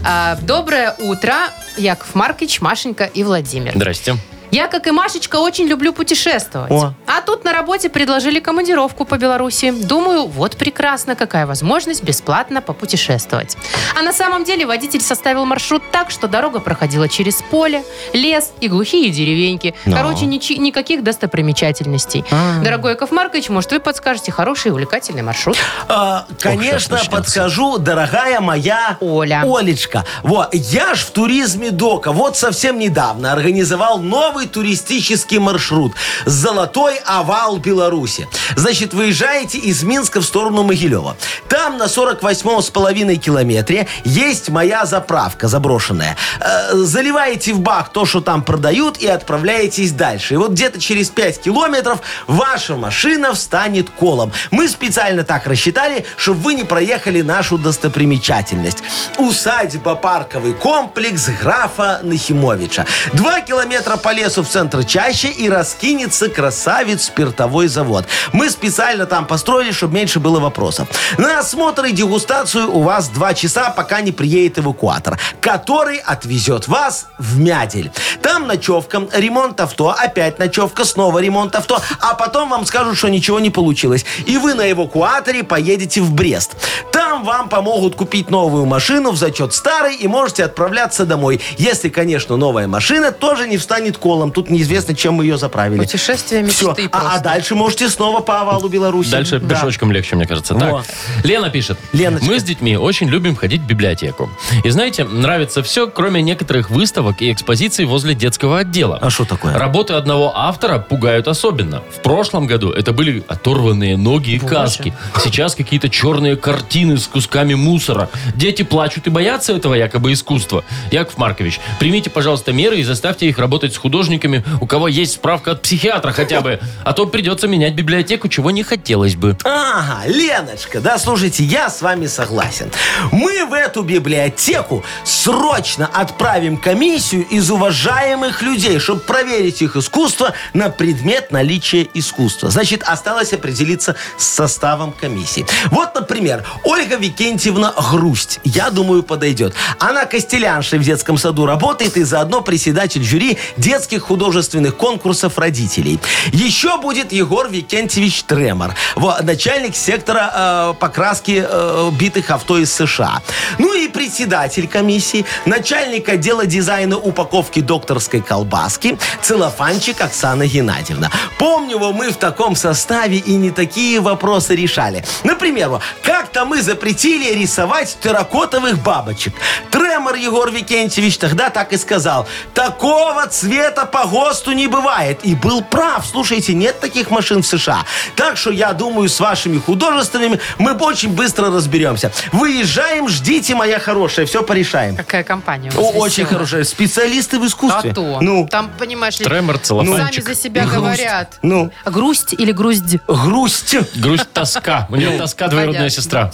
D: А, доброе утро, Яков Маркович, Машенька и Владимир.
B: Здрасте.
D: Я, как и Машечка, очень люблю путешествовать.
C: О.
D: А тут на работе предложили командировку по Беларуси. Думаю, вот прекрасно, какая возможность бесплатно попутешествовать. А на самом деле водитель составил маршрут так, что дорога проходила через поле, лес и глухие деревеньки.
C: Да. А.
D: Короче, ничи- никаких достопримечательностей. Дорогой Яков Маркович, может, вы подскажете хороший и увлекательный маршрут?
C: А, конечно,
B: сейчас начнется.
C: подскажу, дорогая моя
D: Оля.
C: Олечка. Вот, я ж в туризме Дока вот совсем недавно организовал новый туристический маршрут «Золотой овал Беларуси». Значит, выезжаете из Минска в сторону Могилева. Там на 48,5 километре есть моя заправка заброшенная. Э, Заливаете в бак то, что там продают, и отправляетесь дальше. И вот где-то через 5 километров ваша машина встанет колом. Мы специально так рассчитали, чтобы вы не проехали нашу достопримечательность. Усадьба парковый комплекс графа Нахимовича. Два километра по лесу в центр чаще и раскинется красавец спиртовой завод. Мы специально там построили, чтобы меньше было вопросов. На осмотр и дегустацию у вас два часа, пока не приедет эвакуатор, который отвезет вас в Мядель. Там ночевка, ремонт авто, опять ночевка, снова ремонт авто, а потом вам скажут, что ничего не получилось. И вы на эвакуаторе поедете в Брест. Там вам помогут купить новую машину в зачет старой и можете отправляться домой. Если, конечно, новая машина тоже не встанет колом. Тут неизвестно, чем мы ее заправили.
D: Путешествие
C: Все.
D: мечты
C: А- А,
D: просто.
C: дальше можете снова по овалу Беларуси.
B: Дальше
C: Да.
B: пешочком легче, мне кажется.
C: Во.
B: Так, Лена пишет.
C: Леночка.
B: Мы с детьми очень любим ходить в библиотеку. И знаете, нравится все, кроме некоторых выставок и экспозиций возле детского отдела.
C: А что такое?
B: Работы одного автора пугают особенно. В прошлом году это были оторванные ноги и каски. Сейчас какие-то черные картины с кусками мусора. Дети плачут и боятся этого якобы искусства. Яков Маркович, примите, пожалуйста, меры и заставьте их работать с художниками, у кого есть справка от психиатра хотя бы. А то придется менять библиотеку, чего не хотелось бы.
C: Ага, Леночка, да, слушайте, я с вами согласен. Мы в эту библиотеку срочно отправим комиссию из уважаемых людей, чтобы проверить их искусство на предмет наличия искусства. Значит, осталось определиться с составом комиссии. Вот, например, Ольга Викентьевна Грусть, я думаю, подойдет. Она костеляншей в детском саду работает и заодно председатель жюри детских художественных конкурсов родителей. Еще будет Егор Викентьевич Тремор, во- начальник сектора э, покраски э, битых авто из США. Ну и председатель комиссии, начальник отдела дизайна упаковки докторской колбаски, целлофанчик Оксана Геннадьевна. Помню, во, мы в таком составе и не такие вопросы решали. Например, во, как-то мы запретили рисовать терракотовых бабочек. Тремор Егор Викентьевич тогда так и сказал. Такого цвета по ГОСТу не бывает. И был прав. Слушайте, нет таких машин в США. Так что, я думаю, с вашими художественными мы б- очень быстро разберемся. Выезжаем, ждите, моя хорошая, все порешаем.
D: Какая компания у
C: О,
D: вас
C: очень
D: веселая.
C: хорошая. Специалисты в искусстве.
D: А то.
C: Ну,
D: Там, понимаешь ли,
B: Тремор,
D: сами
B: целлофанчик.
D: за себя
C: грусть.
D: говорят.
C: Ну.
D: А Грусть или грусть?
C: грусть.
B: Грусть тоска. У нее тоска двоюродная
D: понятно.
B: сестра.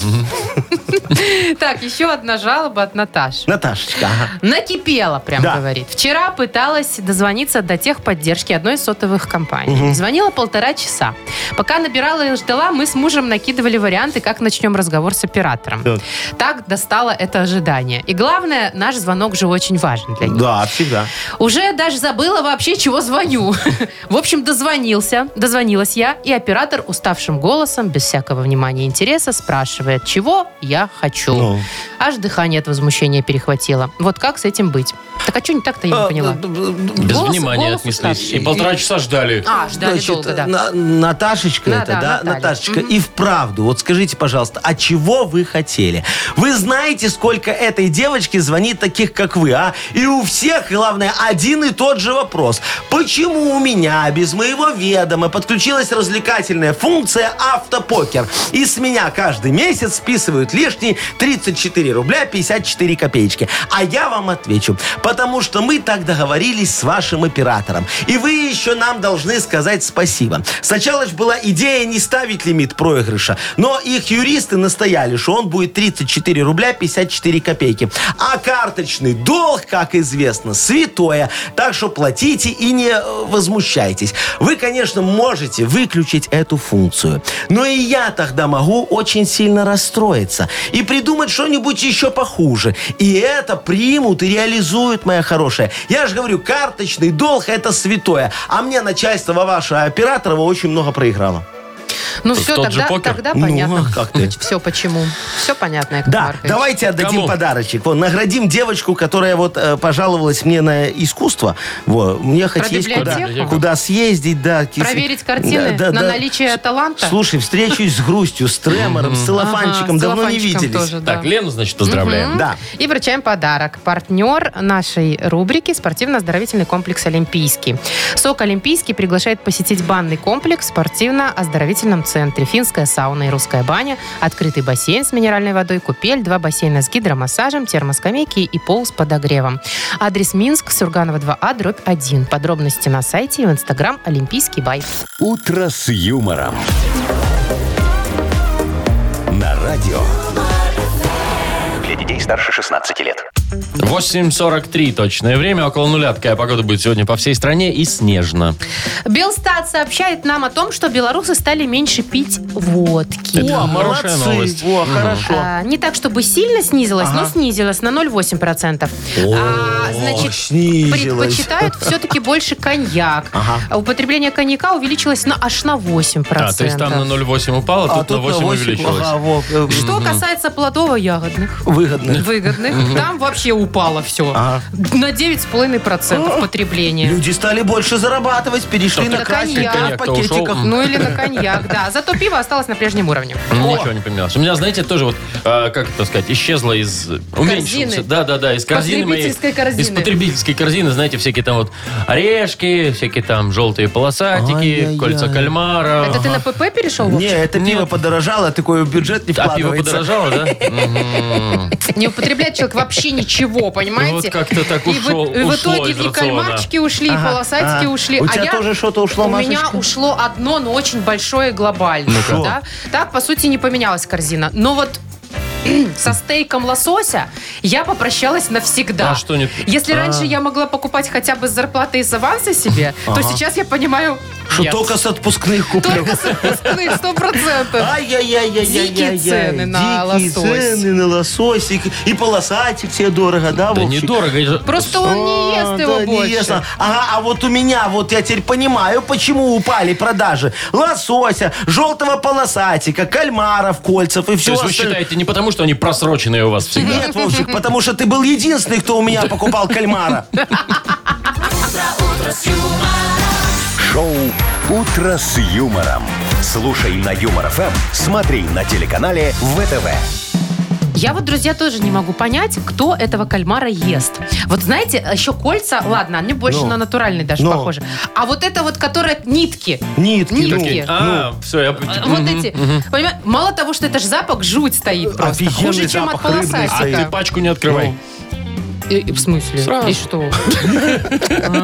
D: Так, еще одна жалоба от Наташи.
C: Наташечка, ага.
D: Накипела, прям
C: Да.
D: говорит. Вчера пыталась дозвониться до техподдержки одной из сотовых компаний. Звонила полтора часа. Пока набирала и ждала, мы с мужем накидывали варианты, как начнем разговор с оператором.
C: Да.
D: Так достало это ожидание. И главное, наш звонок же очень важен для них.
C: Да, всегда.
D: Уже даже забыла вообще, чего звоню. В общем, дозвонился, дозвонилась я, и оператор уставшим голосом, без всякого внимания и интереса, спрашивает, чего я хочу.
C: Ну.
D: Аж дыхание от возмущения перехватило. Вот как с этим быть? Так а что не так-то, я не
C: А,
D: поняла.
C: б- б-
B: Без
D: Голос-
B: внимания
D: голос
B: отнеслись.
D: уставший.
B: И полтора часа ждали.
D: А, ждали
C: Значит,
D: долго, да.
C: на- Наташечка
D: Да,
C: это,
D: да,
C: да?
D: Наталья.
C: Наташечка, и вправду, вот скажите, пожалуйста, а чего вы хотели? Вы знаете, сколько этой девочке звонит таких, как вы, а? И у всех, главное, один и тот же вопрос. Почему у меня без моего ведома подключилась развлекательная функция автопокер? И с меня каждый месяц списывают лишние 34 рубля 54 копеечки. А я вам отвечу. Потому потому что мы так договорились с вашим оператором. И вы еще нам должны сказать спасибо. Сначала же была идея не ставить лимит проигрыша, но их юристы настояли, что он будет 34 рубля 54 копейки. А карточный долг, как известно, святое. Так что платите и не э, возмущайтесь. Вы, конечно, можете выключить эту функцию. Но и я тогда могу очень сильно расстроиться и придумать что-нибудь еще похуже. И это примут и реализуют, моя хорошая. Я же говорю, карточный долг – это святое. А мне начальство вашего оператора очень много проиграло.
D: Ну все,
B: тот же
D: тогда,
B: покер.
D: тогда
C: Ну,
D: понятно.
C: а как ты?
D: Все почему. Все понятно, Яков
C: Да,
D: Маркович.
C: давайте отдадим
B: Кому?
C: подарочек. Вон, наградим девочку, которая вот э, пожаловалась мне на искусство. Во, мне хоть есть куда,
D: библиотеку?
C: куда съездить, да. кис-
D: Проверить картины
C: Да, да,
D: на
C: да.
D: наличие таланта.
C: Слушай, встречусь с грустью, с тремором, с
D: Ага,
C: целлофанчиком.
D: с
C: Давно не
D: целлофанчиком
C: виделись.
D: тоже, да.
B: Так, Лену, значит, поздравляем.
C: Да.
D: И вручаем подарок. Партнер нашей рубрики – спортивно-оздоровительный комплекс «Олимпийский». СОК «Олимпийский» приглашает посетить банный комплекс в спортивно-оздоровительном центре. Финская сауна и русская баня, открытый бассейн с минеральной водой, купель, два бассейна с гидромассажем, термоскамейки и пол с подогревом. Адрес Минск, Сурганова 2А, дробь 1. Подробности на сайте и в инстаграм «Олимпийский бай».
A: «Утро с юмором». На радио.
E: Для детей старше 16 лет.
B: 8.43 точное время, около нуля. Такая погода будет сегодня по всей стране и снежно.
D: Белстат сообщает нам о том, что белорусы стали меньше пить водки.
B: Это хорошая
C: Молодцы.
B: новость.
C: Во, хорошо.
D: А, не так, чтобы сильно снизилась, но снизилась на 0,8%. А, значит,
C: снизилась.
D: предпочитают все-таки больше коньяк.
C: Ага.
D: А Употребление коньяка увеличилось на аж на 8%.
B: А, то есть там на 0,8 упало,
C: А
B: тут, на 8,
C: восемь,
B: увеличилось.
C: ага, во, э,
D: Что касается плодово-ягодных,
C: Выгодно.
D: выгодных, там вообще упало все.
C: Ага.
D: На 9,5% потребления.
C: Люди стали больше зарабатывать, перешли
B: Что,
C: на
D: так
C: красненький
D: коньяк.
C: в пакетиках.
B: Коньяк-то
D: Ну или на коньяк, да. Зато пиво осталось на прежнем уровне.
B: Ну, Ничего не поменялось. У меня, знаете, тоже вот, э, как это сказать, исчезло из... Уменьшился. Да, да, да, из корзины моей.
D: Потребительской корзины.
B: Из потребительской корзины, знаете, всякие там вот орешки, всякие там желтые полосатики,
C: Ай-яй-яй.
B: кольца кальмара.
D: Это ты на ПП перешел?
C: Не,
D: Вовчик?
C: это пиво подорожало, такое в бюджет не
B: А пиво
C: вкладывается.
B: подорожало, да?
D: Не употребляет человек вообще ничего, понимаете?
B: Ну, Вот как-то так
D: И в-
B: ушел-
D: и в,
B: ушло
D: итоге
B: из
D: и
B: рациона.
D: кальмарчики ушли, и
C: Ага,
D: полосатики
C: ага.
D: ушли.
C: У
D: а
C: тебя
D: я-
C: тоже что-то ушло,
D: У меня
C: Машечка?
D: ушло одно, но очень большое и глобальное.
C: Ну-ка.
D: да? Так, по сути, не поменялась корзина. Но вот со стейком лосося я попрощалась навсегда.
B: А что не-
D: Если раньше я могла покупать хотя бы с зарплаты из аванса себе, то сейчас я понимаю...
C: Что
D: нет.
C: только с отпускных куплю.
D: Только с отпускных, сто процентов.
C: Ай-яй-яй-яй-яй-яй.
D: Дикие цены на
C: Дикие
D: лосось.
C: цены на лососик. И полосатик тебе дорого, да,
B: Да
C: Вовчик?
B: недорого. это же-
D: Просто он не
C: А,
D: ест
C: да,
D: его
C: не
D: больше.
C: ест. Ага, а вот у меня, вот я теперь понимаю, почему упали продажи лосося, желтого полосатика, кальмаров, кольцев и
B: То
C: всего
B: есть вы
C: остального.
B: считаете не потому, что они просроченные у вас всегда?
C: Нет, Вовчик, потому что ты был единственный, кто у меня покупал кальмара.
A: Шоу «Утро с юмором». Слушай на Юмор ФМ, смотри на телеканале ВТВ.
D: Я вот, друзья, тоже не могу понять, кто этого кальмара ест. Вот знаете, еще кольца, ладно, они больше
C: Ну.
D: на натуральный даже
C: Ну.
D: похожи. А вот это вот, которая нитки.
C: Нитки.
D: Нитки.
B: А, все, я...
D: Э, Вот эти, понимаешь, мало того, что это ж запах, жуть стоит просто.
C: Э, Офигенный
D: Хуже, чем от
C: запах рыбный
B: А ты
D: полосатика.
B: пачку не открывай.
D: И- и э, в смысле?
B: Сразу.
D: И что?
C: Ну,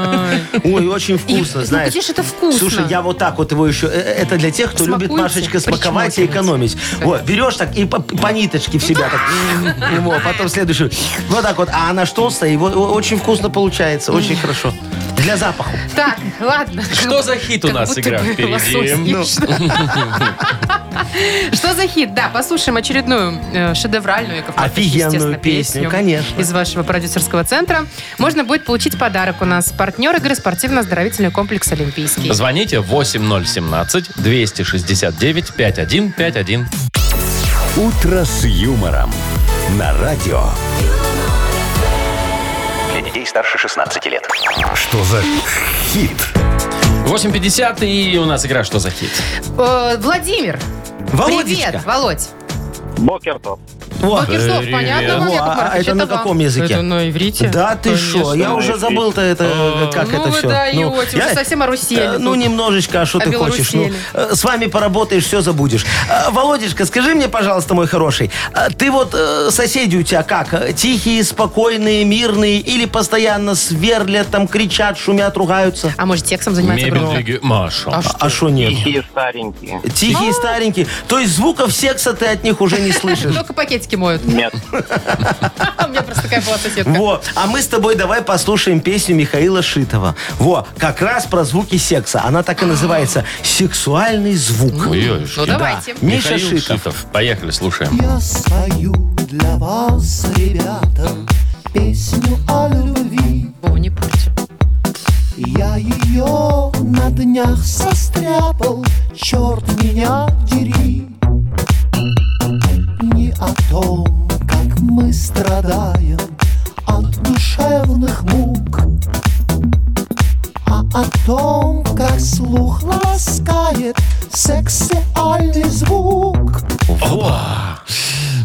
C: Ой, очень
D: И-
C: вкусно,
D: ну,
C: знаешь.
D: Где же это вкусно?
C: Слушай, я вот так вот его еще... э, э, Это для тех, кто любит,
D: Смакуете?
C: Машечка, смаковать и
D: Причмокиваете.
C: экономить. Вот, берешь так и по, по ниточке в себя так. И вот, потом следующую. Вот так вот. А она ж толстая, и вот о- очень вкусно получается. Очень хорошо. Для запаха.
D: Так, ладно.
B: Что за хит у
D: Как
B: нас
D: будто
B: игра
D: бы
B: впереди?
D: лосось
B: Ну.
D: ешь. Что за хит? Да, послушаем очередную э, шедевральную, Яков Маркович,
C: Офигенную
D: естественно,
C: песню, конечно.
D: Из вашего продюсерского центра. Можно будет получить подарок у нас. Партнер игры спортивно-оздоровительный комплекс «Олимпийский».
B: Ну. Звоните 8017-269-5151.
A: «Утро с юмором» на радио.
E: Для детей старше 16 лет.
A: Что за хит?
B: 8.50 и у нас игра «Что за хит?».
D: Э, Владимир.
C: Володечка.
D: Привет, Володь. Ну,
F: Бокер топ.
C: Во.
D: Бакерслов,
B: Привет.
D: понятно вам,
C: Во,
D: Яков
C: а
D: Маркович?
C: это на
D: вам.
C: каком языке?
D: Это на иврите.
C: Да ты
D: Конечно.
C: что? Я уже забыл-то это, э, как
D: ну
C: это
D: вы
C: все.
D: даете, уже совсем орусели тут.
C: Ну, немножечко, а что
D: А
C: ты хочешь? Ну,
D: белорусели.
C: э, с вами поработаешь, все забудешь. А, Володечка, скажи мне, пожалуйста, мой хороший, а ты вот э, соседи у тебя как? э, Тихие, спокойные, мирные или постоянно сверлят, там кричат, шумят, ругаются?
D: А может, текстом занимается
B: Мебель
D: Бронко?
B: двигаю. Маша.
D: А что?
C: А что нет?
H: Такие старенькие.
D: Ну.
C: Тихие, старенькие. То есть звуков секса ты от них уже не слышишь?
D: Только пакетики моют.
H: Нет.
D: У меня просто такая была соседка.
C: Во, а мы с тобой давай послушаем песню Михаила Шитова. Во, как раз про звуки секса. Она так и называется «Сексуальный звук».
B: Ой-ой-ой.
D: Ну давайте.
C: Миша
B: Михаил
C: Шитов.
B: Шитов. Поехали, слушаем.
I: Я спою для вас, ребята, песню о любви.
D: О, не порти.
I: Я ее на днях состряпал, черт меня дери. Не о том, как мы страдаем от душевных мук, а о том, как слух ласкает сексуальный звук.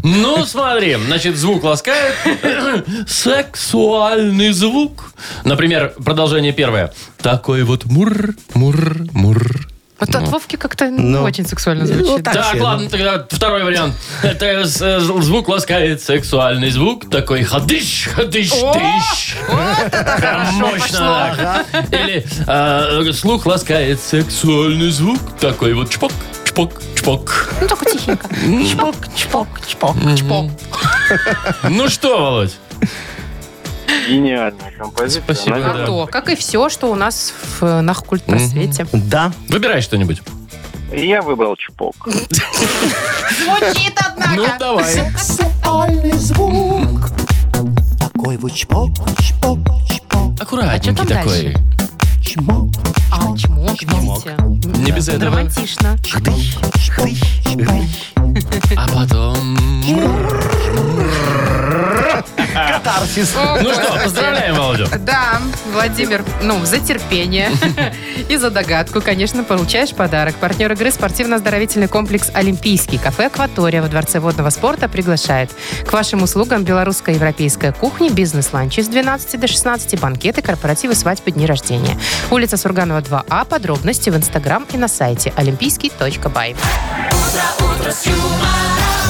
B: Ну, смотри, значит, звук ласкает. Сексуальный звук. Например, продолжение первое. Такой вот мур, мур, мур.
D: Вот от Вовки как-то не очень сексуально звучит.
C: так.
B: Ну. Так,
C: себе.
B: ладно, тогда второй вариант. Это э, з- звук ласкает сексуальный звук. Такой ходыш, ходыш,
D: О,
B: тыщ. Прям Мощно так. Или э, слух ласкает сексуальный звук. Такой вот чпок, чпок, чпок.
D: Ну, только тихенько.
C: Чпок, чпок, чпок.
D: Чпок.
B: Ну что, Володь?
F: Гениальная композиция.
B: Спасибо.
F: Она-
D: А
B: Да.
D: то, как и все, что у нас в э, нахкультпросвете.
C: Да.
B: Выбирай что-нибо.
F: Я выбрал чпок.
D: Звучит,
B: Ну,
D: однако.
B: давай.
I: Сексуальный звук. Такой вот чпок, чпок, чпок,
B: Аккуратненький
D: А чё там
B: такой.
I: чмок,
D: А, чмок, видите?
B: Не без этого.
D: Романтично.
I: чпок, чпок.
B: А потом... Ну что, поздравляем, Володю.
D: Да, Владимир, ну, за терпение и за догадку, конечно, получаешь подарок. Партнер игры спортивно-оздоровительный комплекс «Олимпийский». Кафе «Акватория» во Дворце водного спорта приглашает. К вашим услугам белорусская и европейская кухня, бизнес-ланчи с 12 до 16, банкеты, корпоративы, свадьбы, дни рождения. Улица Сурганова, 2А. Подробности в Инстаграм и на сайте олимпийский.бай.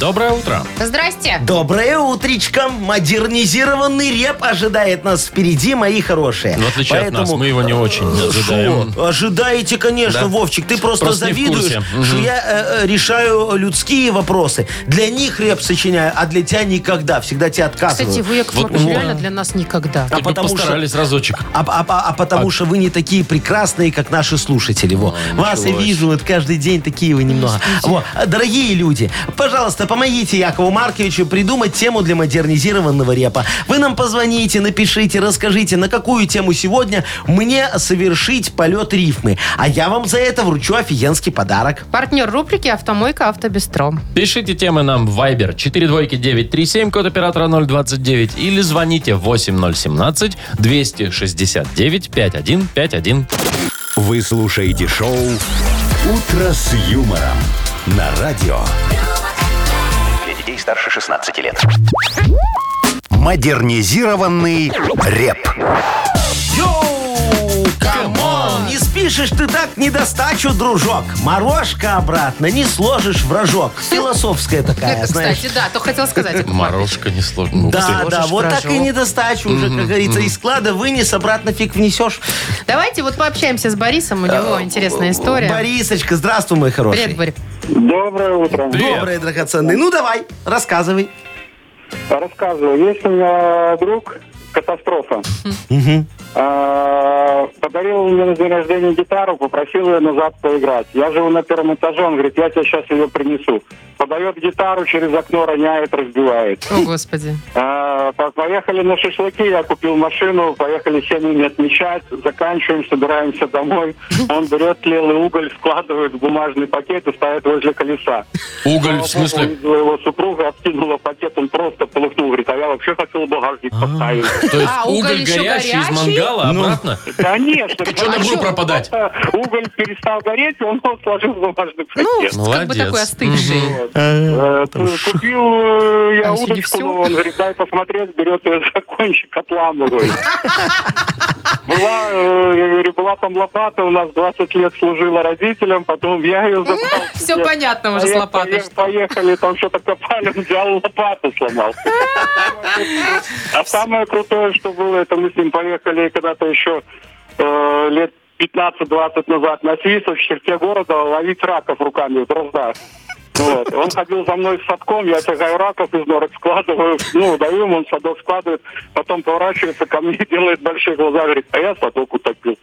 B: Доброе утро.
D: Здрасте!
C: Доброе утречко. Модернизированный реп ожидает нас впереди, мои хорошие.
B: Ну, в отличие от нас, мы его не очень ожидаем.
C: Шо? Ожидаете, конечно,
B: Да.
C: Вовчик. Ты просто,
B: Просто не в
C: завидуешь,
B: курсе.
C: что я э, э, решаю людские вопросы. Для них реп сочиняю, а для тебя никогда. Всегда тебя отказывают.
D: Кстати, вы, Яков
B: Вот,
D: Маркович,
B: ну,
D: реально для нас никогда.
C: А
B: Хоть бы
C: потому что-
B: постарались разочек.
C: А, а- а- а потому что вы не такие прекрасные, как наши слушатели. Во. Вас я вижу вот каждый день такие вы немного. Во. А, Дорогие люди, пожалуйста, помогите Якову Марковичу придумать тему для модернизированного репа. Вы нам позвоните, напишите, расскажите, на какую тему сегодня мне совершить полет рифмы. А я вам за это вручу офигенский подарок.
D: Партнер рубрики «Автомойка Автобестром».
B: Пишите темы нам в Viber 42937, код оператора 029, или звоните 8017-269-5151.
A: Вы слушаете шоу «Утро с юмором» на радио
E: Для детей старше 16 лет.
A: «Модернизированный реп».
C: Йоу, камон! Не спишешь ты так недостачу, дружок. Морожка обратно не сложишь вражок. Философская такая,
D: Это,
C: знаешь.
D: кстати, да, то хотел сказать. Яков Маркович.
B: Морожка не сложно. Ух
C: Да,
B: ты.
C: да, вот так и
D: прожок.
C: недостача уже, как говорится, из склада вынес, обратно фиг внесешь.
D: Давайте вот пообщаемся с Борисом, у него
C: э,
D: интересная история.
C: Борисочка, здравствуй, мой хороший.
D: Привет, Борь.
F: Доброе утро.
B: Привет.
C: Добрый, драгоценный. Ну, давай, рассказывай.
F: Рассказываю. Есть у меня друг, катастрофа. А, Подарил мне на день рождения гитару, попросил ее назад поиграть. Я живу на первом этаже, он говорит, я тебе сейчас ее принесу. Подает гитару, через окно роняет, разбивает.
D: О, господи.
F: А, Э, по- Поехали на шашлыки, я купил машину, поехали семьями отмечать, заканчиваем, собираемся домой. Он берет тлелый уголь, складывает в бумажный пакет и ставит возле колеса.
B: Уголь, в
F: Слава богу,
B: смысле?
F: увидела его супруга, откинула пакет, он просто полыхнул, говорит, а я вообще хотел багажник
B: А.
F: поставить.
B: То есть
D: А, уголь
B: уголь
D: еще
B: горячий из
D: горячий?
B: мангала
C: Ну.
B: обратно? Что
F: Конечно.
B: там
F: потому
B: будет
F: что
B: пропадать?
F: Уголь перестал гореть, и он его сложил в бумажный
D: Ну,
F: пакет.
D: как бы
B: Молодец.
D: такой остывший.
F: Э, Купил э, я
D: Там сидит
F: удочку,
D: всё.
F: но он говорит, дай посмотреть, берет ее за кончик, отламывает. Была, э, я говорю, была там лопата, у нас 20 лет служила родителям, потом я ее забрал.
D: Все
F: себе.
D: понятно уже с
F: Поех-
D: лопатой.
F: поех- Поехали, там что-то копали, он взял лопату, сломал. А самое крутое, что было, это мы с ним поехали когда-то еще э, лет 15-20 назад на Свису, в черте города, ловить раков руками в дроздах. Вот. Он ходил за мной с садком, я тягаю раков из норок, складываю, ну, даю ему, он садок складывает, потом поворачивается ко мне, делает большие глаза, говорит, а я садок утопил.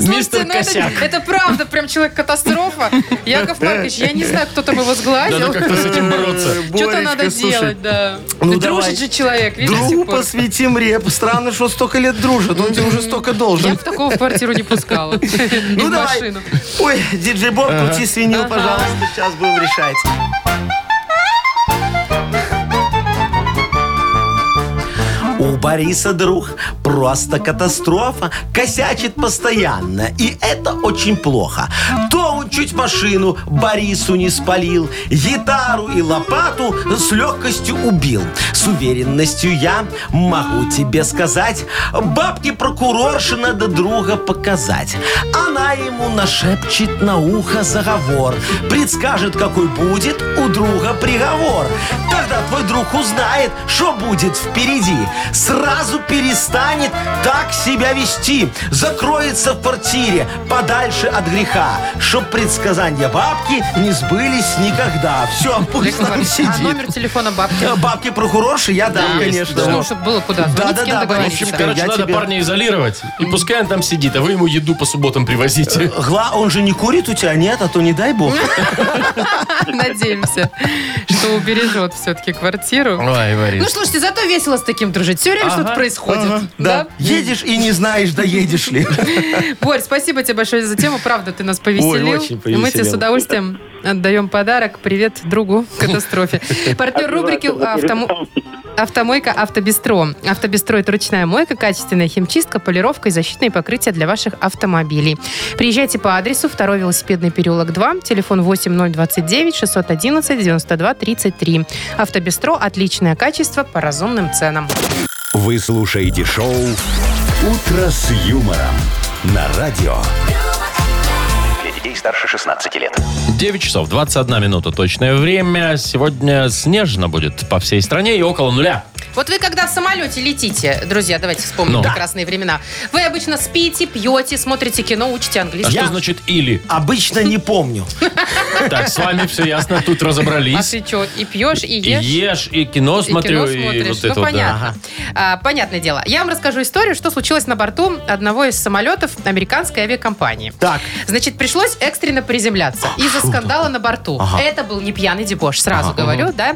B: Мистер
D: ну это,
B: Косяк.
D: это правда, прям человек-катастрофа. Яков Маркович, я не знаю, кто там его сглазил.
B: Надо как-то А с этим бороться.
D: Что-то надо
C: Э, Боречка, слушай,
D: делать, да.
C: ну
D: Да
C: давай.
D: Дружит же человек, видишь, до
C: Другу
D: сих пор.
C: посвятим реп. Странно, что столько лет дружит. Он тебе уже столько
D: Я
C: должен.
D: бы такого в квартиру не пускала. И в
C: Ну давай.
D: машину.
C: Ой, диджей Боб, крути свинил, пожалуйста. Сейчас будем решать. У Бориса друг просто катастрофа. Косячит постоянно. И это очень плохо. То он чуть машину Борису не спалил. Гитару и лопату с легкостью убил. С уверенностью я могу тебе сказать, бабке прокурорше надо друга показать. Она А ему нашепчет на ухо заговор. Предскажет, какой будет у друга приговор. Тогда твой друг узнает, что будет впереди. Сразу перестанет так себя вести. Закроется в квартире, подальше от греха. Чтоб предсказания бабки не сбылись никогда. Все, пусть
D: Яков
C: там
D: Маркович,
C: сидит.
D: А номер телефона бабки?
C: Э, Бабки прокурорши, я дам, ну конечно.
D: Ну, чтобы было куда.
C: Да,
D: Звонить,
C: да,
D: с кем
C: да,
B: В
D: договориться.
B: общем,
C: Борисочка,
B: короче,
C: я
B: надо
C: тебе-
B: парня изолировать. И пускай он там сидит, а вы ему еду по субботам привозите.
C: Гла, он же не курит у тебя, нет, а то не дай бог.
D: Надеемся, что убережет все-таки квартиру.
B: Ой,
D: Ну,
B: Борис.
D: слушайте, зато весело с таким дружить. Все время что-то происходит. Да?
C: Да. Едешь и не знаешь, доедешь ли.
D: Борь, спасибо тебе большое за тему. Правда, ты нас повеселил.
C: Ой, очень
D: И Мы тебе с
C: повеселил.
D: удовольствием отдаем подарок. Привет другу катастрофе. Партнер рубрики «Автомо- «Автомойка Автобестро». Автобестро – это ручная мойка, качественная химчистка, полировка и защитные покрытия для ваших автомобилей. Приезжайте по адресу 2 велосипедный переулок 2, телефон 8029 611 92 33. Автобестро – отличное качество по разумным ценам.
A: Вы слушаете шоу «Утро с юмором» на радио.
E: Для детей старше 16 лет.
B: 9 часов 21 минута точное время. Сегодня снежно будет по всей стране и около нуля.
D: Вот вы когда в самолете летите, друзья, давайте вспомним
B: Ну.
D: прекрасные времена. Вы обычно спите, пьете, смотрите кино, учите
B: А
D: английский.
B: что значит или?
C: Обычно не помню.
B: Так, с вами все ясно, тут
D: А
B: разобрались.
D: ты что, и пьешь, и
B: И
D: ешь?
B: ешь, и кино
D: и кино
B: смотрю, и
D: смотришь.
B: вот это
D: ну,
B: вот, да.
D: понятно. А, понятное дело. Я вам расскажу историю, что случилось на борту одного из самолетов американской авиакомпании.
C: Так.
D: Значит, пришлось экстренно приземляться из-за скандала на борту. Это был не пьяный дебош, сразу говорю, да.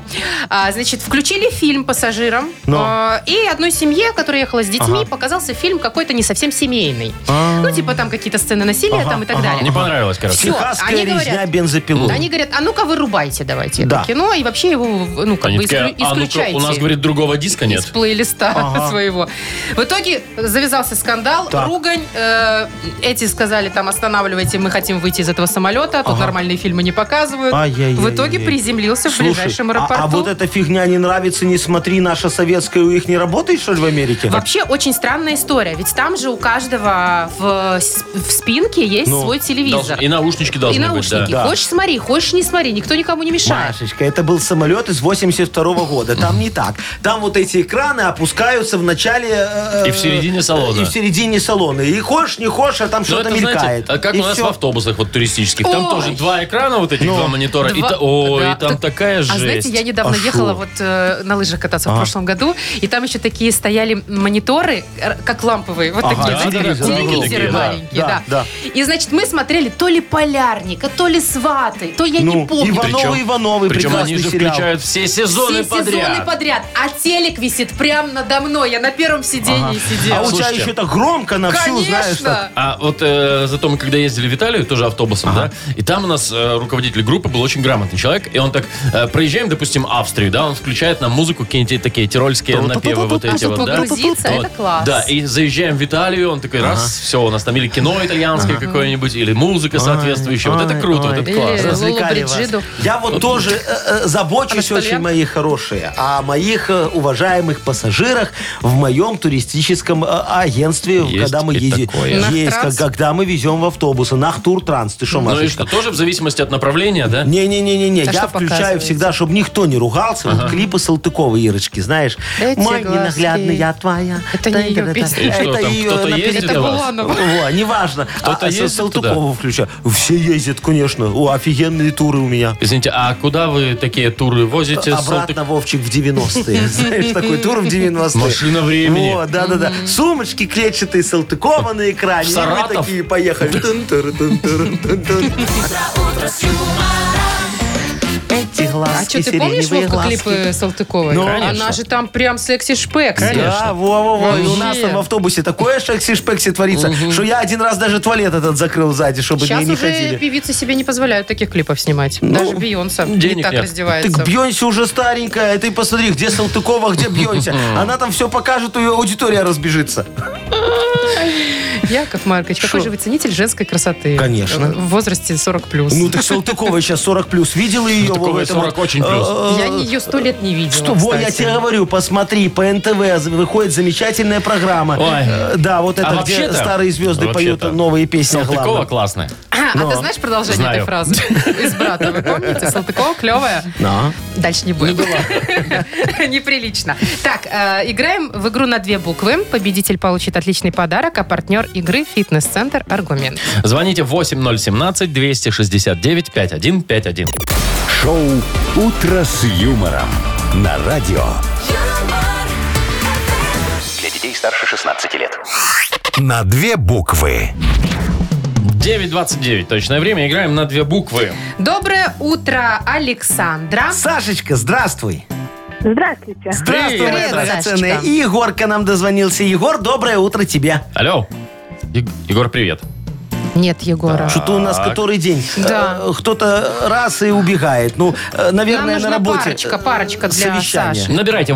D: А, значит, включили фильм пассажирам.
C: Но.
D: А, и одной семье, которая ехала с детьми, показался фильм какой-то не совсем семейный.
C: А.
D: Ну, типа там какие-то сцены насилия там и так
B: Не
D: далее.
B: понравилось, короче.
D: Всё,
C: Техасская
D: они говорят-
C: резня бензопилу.
D: Они говорят, а ну-ка вырубайте давайте
C: Да.
D: это кино и вообще его, ну, как
B: Они
D: бы
B: такие,
D: исклю-
B: а ну-ка,
D: исключайте
B: у нас, говорит, другого диска
D: из
B: нет.
D: плейлиста
C: Ага.
D: своего. В итоге завязался скандал,
C: Так.
D: ругань. Э, эти сказали там останавливайте, мы хотим выйти из этого самолета, тут нормальные фильмы не показывают.
C: Ай-яй-яй-яй.
D: В итоге приземлился
C: Слушай,
D: в ближайшем
C: а-
D: аэропорту.
C: А, вот эта фигня не нравится, не смотри, наша советская у них не работает, что ли, в Америке?
D: Вообще очень странная история, ведь там же у каждого в, с- в спинке есть
C: Ну,
D: свой телевизор.
B: Должны- И наушнички
D: И
B: должны быть,
D: наушники.
B: да.
C: да.
D: Хочешь смотри, хочешь не смотри, никто никому не мешает.
C: Машечка, это был самолет из 82 года. Там не так. Там вот эти экраны опускаются в начале... э,
B: И в середине салона.
C: И в середине салона. И хочешь, не хочешь, а там
B: Ну,
C: что-то
B: это, знаете,
C: мелькает.
B: а как
C: И
B: у нас
C: всё. Ну,
B: в автобусах вот туристических. Там
D: Ой.
B: тоже два экрана вот этих, два монитора. И
D: Два-
B: та- Ой,
D: да.
B: там
D: Так-
B: такая жесть.
D: А знаете, я недавно
C: А
D: ехала
C: шо? А?
D: вот э, на лыжах кататься в прошлом году. И там еще такие стояли мониторы, р- как ламповые. Вот
C: Ага,
D: такие.
C: да,
D: вот,
C: телевизоры
D: Телевизоры
B: такие, да.
D: маленькие,
C: Да,
D: да.
C: да.
D: И, значит, мы смотрели то ли «Полярника», то ли «Сваты», то я не
C: Ну,
D: помню.
C: Ивановы, Ивановы,
B: Причем
C: прекрасный
B: они же
C: сериал.
B: включают все сезоны
D: Все сезоны
B: подряд.
D: подряд. А телек висит прямо надо мной. Я на первом сидении
C: А
D: сидела.
C: у тебя
B: Слушайте.
C: еще так громко на всю, знаешь,
D: Конечно.
C: так.
B: А вот э, зато мы когда ездили в Италию, тоже автобусом, да, и там у нас э, руководитель группы был очень грамотный человек, и он так, э, проезжаем, допустим, Австрию, да, он включает нам музыку, какие-нибудь такие тирольские напевы вот эти
D: Чтобы
B: вот, да.
D: погрузиться, это
B: Вот.
D: класс.
B: Да, и заезжаем в Italian, он такой, раз, все, у нас там или кино итальянское какое-нибудь, или музыка соответствующая. Вот это
C: ай,
B: круто, вот
C: ай.
B: это
D: Или
B: классно.
D: Лолу
C: Развлекали вас.
D: Бриджиду.
C: Я вот тоже э, э, забочусь
D: Анатолия?
C: очень, мои хорошие, о моих э, уважаемых пассажирах в моем туристическом э, агентстве,
B: Есть
C: когда мы
B: и
C: ездим.
B: такое.
C: Есть,
D: Нахтранс?
C: как- когда мы везем в автобусы. Нахтуртранс. Ты что,
B: Ну и
C: Машечка?
B: что, тоже в зависимости от направления, да?
C: Не-не-не-не,
D: А
C: я
D: что
C: включаю
D: показываете?
C: всегда, чтобы никто не ругался. Вот клипы Салтыкова Ирочки, знаешь.
D: Эти
C: Мой
D: глазки.
C: ненаглядная я твоя.
D: Это не её
C: Да-да-да.
D: песня.
B: И что, там
C: её
B: кто-то ездит
C: написано.
B: у вас?
D: Буланова.
C: О, неважно.
B: Кто-то
C: А, а Сал-
B: ездит
C: Салтыкова включаю. Все ездят, конечно. О, офигенные туры у меня.
B: Извините, а куда вы такие туры возите? с Салтык-
C: Обратно, Вовчик, в 90-е. Знаешь, такой тур в 90-е.
B: Машина времени.
C: О, да-да-да. Сумочки клетчатые, Салтыкова на экране.
B: В
C: И мы
B: Саратов?
C: такие поехали. Тун-туру-тун-туру-тун-тун. Эти
D: А
C: глазки,
D: что, ты помнишь,
C: сиреневые
D: Вовка,
C: глазки.
D: клипы Салтыковой?
C: Ну,
D: Она же там прям секси-шпекс.
C: Да, во-во-во. И у нас
D: Вообще.
C: там в автобусе такое шекси-шпекси творится, что я один раз даже туалет этот закрыл сзади, чтобы не
D: Сейчас
C: не
D: уже
C: ходили. Ну,
D: певицы себе не позволяют таких клипов снимать. Даже Бейонсе
B: денег
D: не так
B: нет.
C: Ты
D: раздевается.
C: к Бьонсе уже старенькая. а Ты посмотри, где Салтыкова, где Бьонсе. Она там все покажет, у ее аудитория разбежится.
D: Яков Маркович, какой же вы ценитель женской красоты?
C: Конечно.
D: Э, В возрасте 40 плюс.
C: Ну так Салтыкова сейчас 40 плюс. Видела ее?
B: Салтыкова
C: вот это
B: 40
C: вот,
B: очень плюс.
C: э,
D: Я ее сто лет не видела.
C: Что, во, я
D: кстати.
C: тебе говорю, посмотри, по НТВ выходит замечательная программа.
B: Ой. А
C: Э, Да, вот это, где
B: вообще-то-
C: старые звезды поют
B: вообще-то
C: новые песни. о
B: Салтыкова
C: главном.
B: классная.
D: А, а ты знаешь продолжение этой
B: Знаю.
D: фразы? Из брата, вы помните? Салтыкова клевая.
C: Да.
D: Дальше не будем. Неприлично. Так, э, играем в игру на две буквы. Победитель получит отличный подарок, а партнер игры фитнес-центр «Аргумент».
B: Звоните 8017-269-5151.
A: Шоу «Утро с юмором» на радио.
G: юмор,
E: Для детей старше 16 лет.
A: На две буквы.
B: 9.29. Точное время. Играем на две буквы.
D: Доброе утро, Александра.
C: Сашечка, здравствуй.
H: Здравствуйте.
C: Здравствуй, моя
D: Привет,
C: драгоценная.
D: Сашечка.
C: И Егорка нам дозвонился. Егор, доброе утро тебе.
B: Алло. Е- Егор, привет.
D: Нет, Егора.
C: Что-то у нас который день.
D: Да.
C: Э, Кто-то раз и убегает. Ну, э,
D: Нам
C: наверное,
D: нужна
C: на работе.
D: парочка,
C: э,
D: парочка для
C: совещание.
D: Саши.
B: Набирайте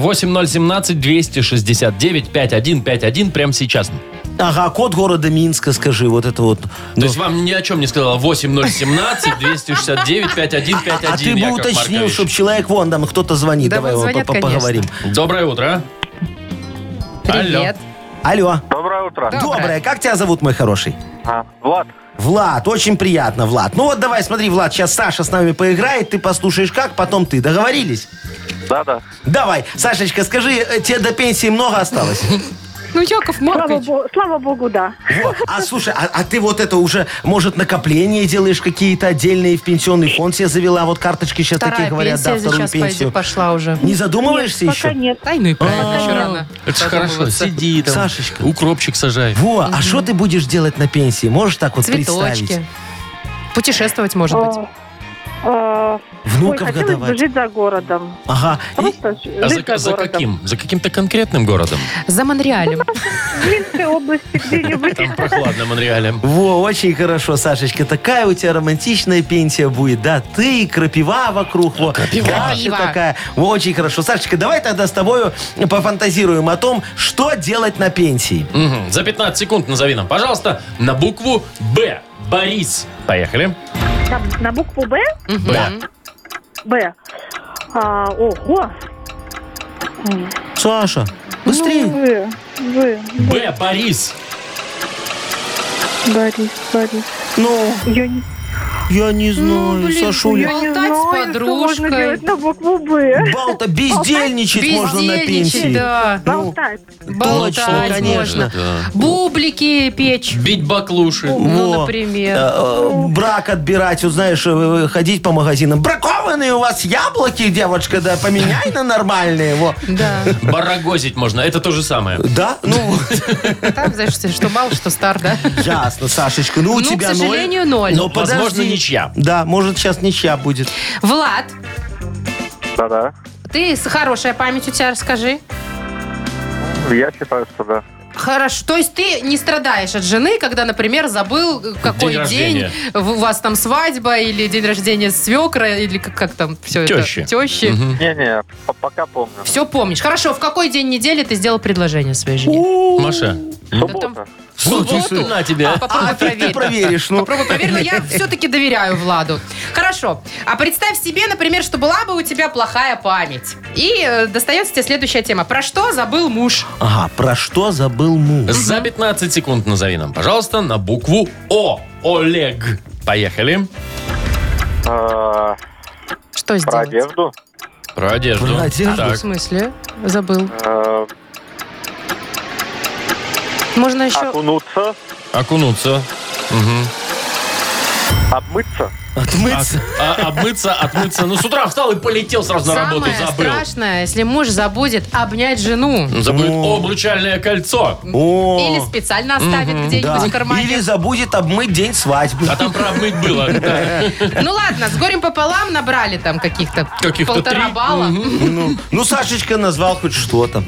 B: 8017-269-5151 прямо сейчас.
C: Ага, а код города Минска, скажи, вот это вот.
B: То есть вам ни о чем не сказала 8017-269-5151.
C: А ты бы
B: Яков
C: уточнил,
B: Маркович.
C: чтобы человек вон там кто-то звонит.
D: Да
C: Давай
D: вот
C: его
D: звонят,
C: по- по-
D: конечно.
C: поговорим.
B: Доброе утро. а?
D: Привет.
C: Алло.
F: Доброе утро.
D: Да. Доброе.
C: Доброе. Как тебя зовут, мой хороший?
F: А, Влад,
C: Влад, очень приятно, Влад. Ну вот давай, смотри, Влад, сейчас Саша с нами поиграет, ты послушаешь как, потом ты. Договорились?
F: да-да.
C: Давай, Сашечка, скажи, э, тебе до пенсии много осталось?
D: Ну, Яков
H: Слава,
D: Маркович.
H: бо- слава богу, да.
C: Во, А слушай, а, а ты вот это уже, может, накопления делаешь какие-то отдельные в пенсионный фонд себе завела? Вот карточки сейчас такие
D: Вторая
C: говорят, да,
D: пенсия
C: вторую
D: сейчас пойди-
C: пенсию. А,
D: пошла уже.
C: Не задумываешься еще?
H: Пока нет.
D: Ай, ну и правильно, еще рано.
B: Это ж хорошо.
D: задумываться.
B: Сиди там.
C: Сашечка.
B: Укропчик сажай.
C: Во, а что ты будешь делать на пенсии? Можешь так вот представить?
D: Цветочки. Путешествовать, может быть.
H: А. Э, Ой,
C: Внуков
H: хотелось бы
C: годовать.
H: жить за городом.
C: Ага. И-
H: Просто жить
B: А
H: за,
B: за, за
H: городом.
B: каким? За каким-то конкретным городом?
D: За Монреалем.
H: В Минской области где-нибудь.
B: Там прохладно, Монреале.
C: Во, очень хорошо, Сашечка. Такая у тебя романтичная пенсия будет, да? Ты и крапива вокруг. Во. Каша
D: Крапива.
C: такая. Во, очень хорошо. Сашечка, давай тогда с тобою пофантазируем о том, что делать на пенсии.
B: Мгм. За 15 секунд назови нам, пожалуйста, на букву Б. Борис. Поехали.
H: Там на букву Б.
B: Б.
H: Б. А, ого. ну
C: Саша, быстрее.
H: Вы, вы,
B: Б. Борис.
H: Борис, Борис.
C: Ну,
H: Я не...
C: я не знаю,
D: Ну, блин,
C: Сашуля.
D: Болтай погулять
H: Ну,
D: с
H: и что можно
D: подружкой.
H: делать на букву «Б»?
C: Бал-то бездельничать можно на
D: Бездельничать,
C: пенсии.
D: да.
H: Болтать.
C: Точно,
D: Болтать
C: конечно.
D: можно. Бублики печь.
B: Бить баклуши.
D: Ну,
C: Во.
D: например.
C: Э, Брак отбирать, вот знаешь, э, ходить по магазинам. Бракованные у вас яблоки, девочка, да, поменяй на нормальные. Во.
D: Да.
B: Барагозить можно. Это то же самое.
C: Да? Ну,
D: Там, знаешь, что мало, что стар, да?
C: ясно, Сашечка. Ну, у
D: Ну, к
C: тебя
D: сожалению, ноль.
C: Но
B: Возможно,
C: подожди.
B: ничья.
C: Да, может, сейчас ничья будет.
D: Влад,
F: Да-да.
D: ты с- хорошая память у тебя, расскажи.
F: Я считаю, что да.
D: Хорошо. То есть ты не страдаешь от жены, когда, например, забыл э, какой
B: День
D: день,
B: рождения.
D: в- у вас там свадьба или день рождения свекра, или как, как там все
B: Тещи.
D: это? Тещи.
F: Не-не, по- пока помню.
D: Все помнишь. Хорошо, в какой день недели ты сделал предложение своей жене?
B: Маша.
F: Суббота.
B: В субботу на тебя.
D: А, попробуй
C: А, фиг ты
D: проверь.
C: проверишь. Ну,
D: Попробуй проверь, но я все-таки доверяю Владу. Хорошо. А представь себе, например, что была бы у тебя плохая память. И э, достается тебе следующая тема. Про что забыл муж?
C: Ага, про что забыл муж?
B: За 15 секунд назови нам, пожалуйста, на букву О. Олег. Поехали.
F: Э,
D: Что
F: Про
D: сделать?
F: одежду.
B: Про одежду.
C: Про одежду.
D: В
B: Так.
D: смысле? Забыл.
F: Э,
D: Можно еще...
F: Окунуться.
B: Окунуться.
F: Обмыться.
C: Отмыться.
B: А, обмыться, отмыться. Ну, с утра встал и полетел сразу на
D: Самое
B: работу, забыл.
D: страшное, если муж забудет обнять жену.
B: Забудет
C: О.
B: обручальное кольцо.
C: О,
D: Или специально оставит где-нибудь
C: да.
D: в кармане.
C: Или забудет обмыть день свадьбы.
B: А там про обмыть было. Да.
D: Ну ладно, с горем пополам набрали там каких-то
B: Каких-то
D: полтора
B: три.
D: балла.
C: Ну, ну, Сашечка назвал хоть что-то.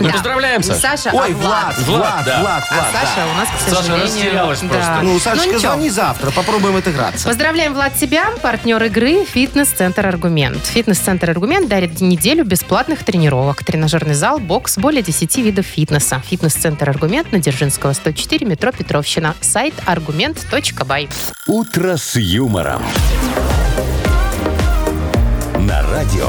B: Ну, поздравляем,
D: Не
B: Саша.
D: Саша, а
C: Ой, Влад,
B: Влад,
C: Влад,
B: да.
C: Влад,
D: А
C: Влад. да.
D: Саша у нас, к
B: Саша
D: сожалению...
B: растерялась
D: да.
B: просто.
C: Ну, Сашечка,
D: ничего.
C: звони завтра, попробуем отыграться.
D: Поздравляем, Влад, тебя, партнер игры «Фитнес-центр Аргумент». «Фитнес-центр Аргумент» дарит неделю бесплатных тренировок. Тренажерный зал, бокс, более 10 видов фитнеса. «Фитнес-центр Аргумент» на Дзержинского, 104, метро Петровщина. Сайт аргумент.бай.
A: «Утро с юмором». На радио.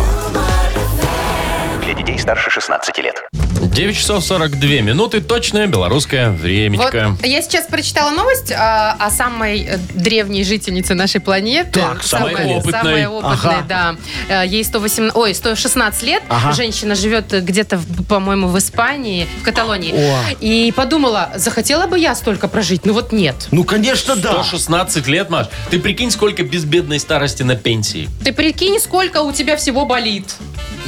E: Для детей старше 16 лет.
B: 9 часов 42 минуты. Точное белорусское
D: Вот
B: времечко.
D: я сейчас прочитала новость а, о, самой э, древней жительнице нашей планеты.
C: Так,
B: самой опытной.
D: Самая опытная,
C: Ага.
D: да. Э, Ей 118, ой, 116 лет.
C: Ага.
D: Женщина живет э, где-то, в- по-моему, в Испании, в Каталонии.
C: О.
D: И подумала, захотела бы я столько прожить? Ну вот нет.
C: Ну, конечно, да.
B: 116 лет, Маш. Ты прикинь, сколько безбедной старости на пенсии.
D: Ты прикинь, сколько у тебя всего болит.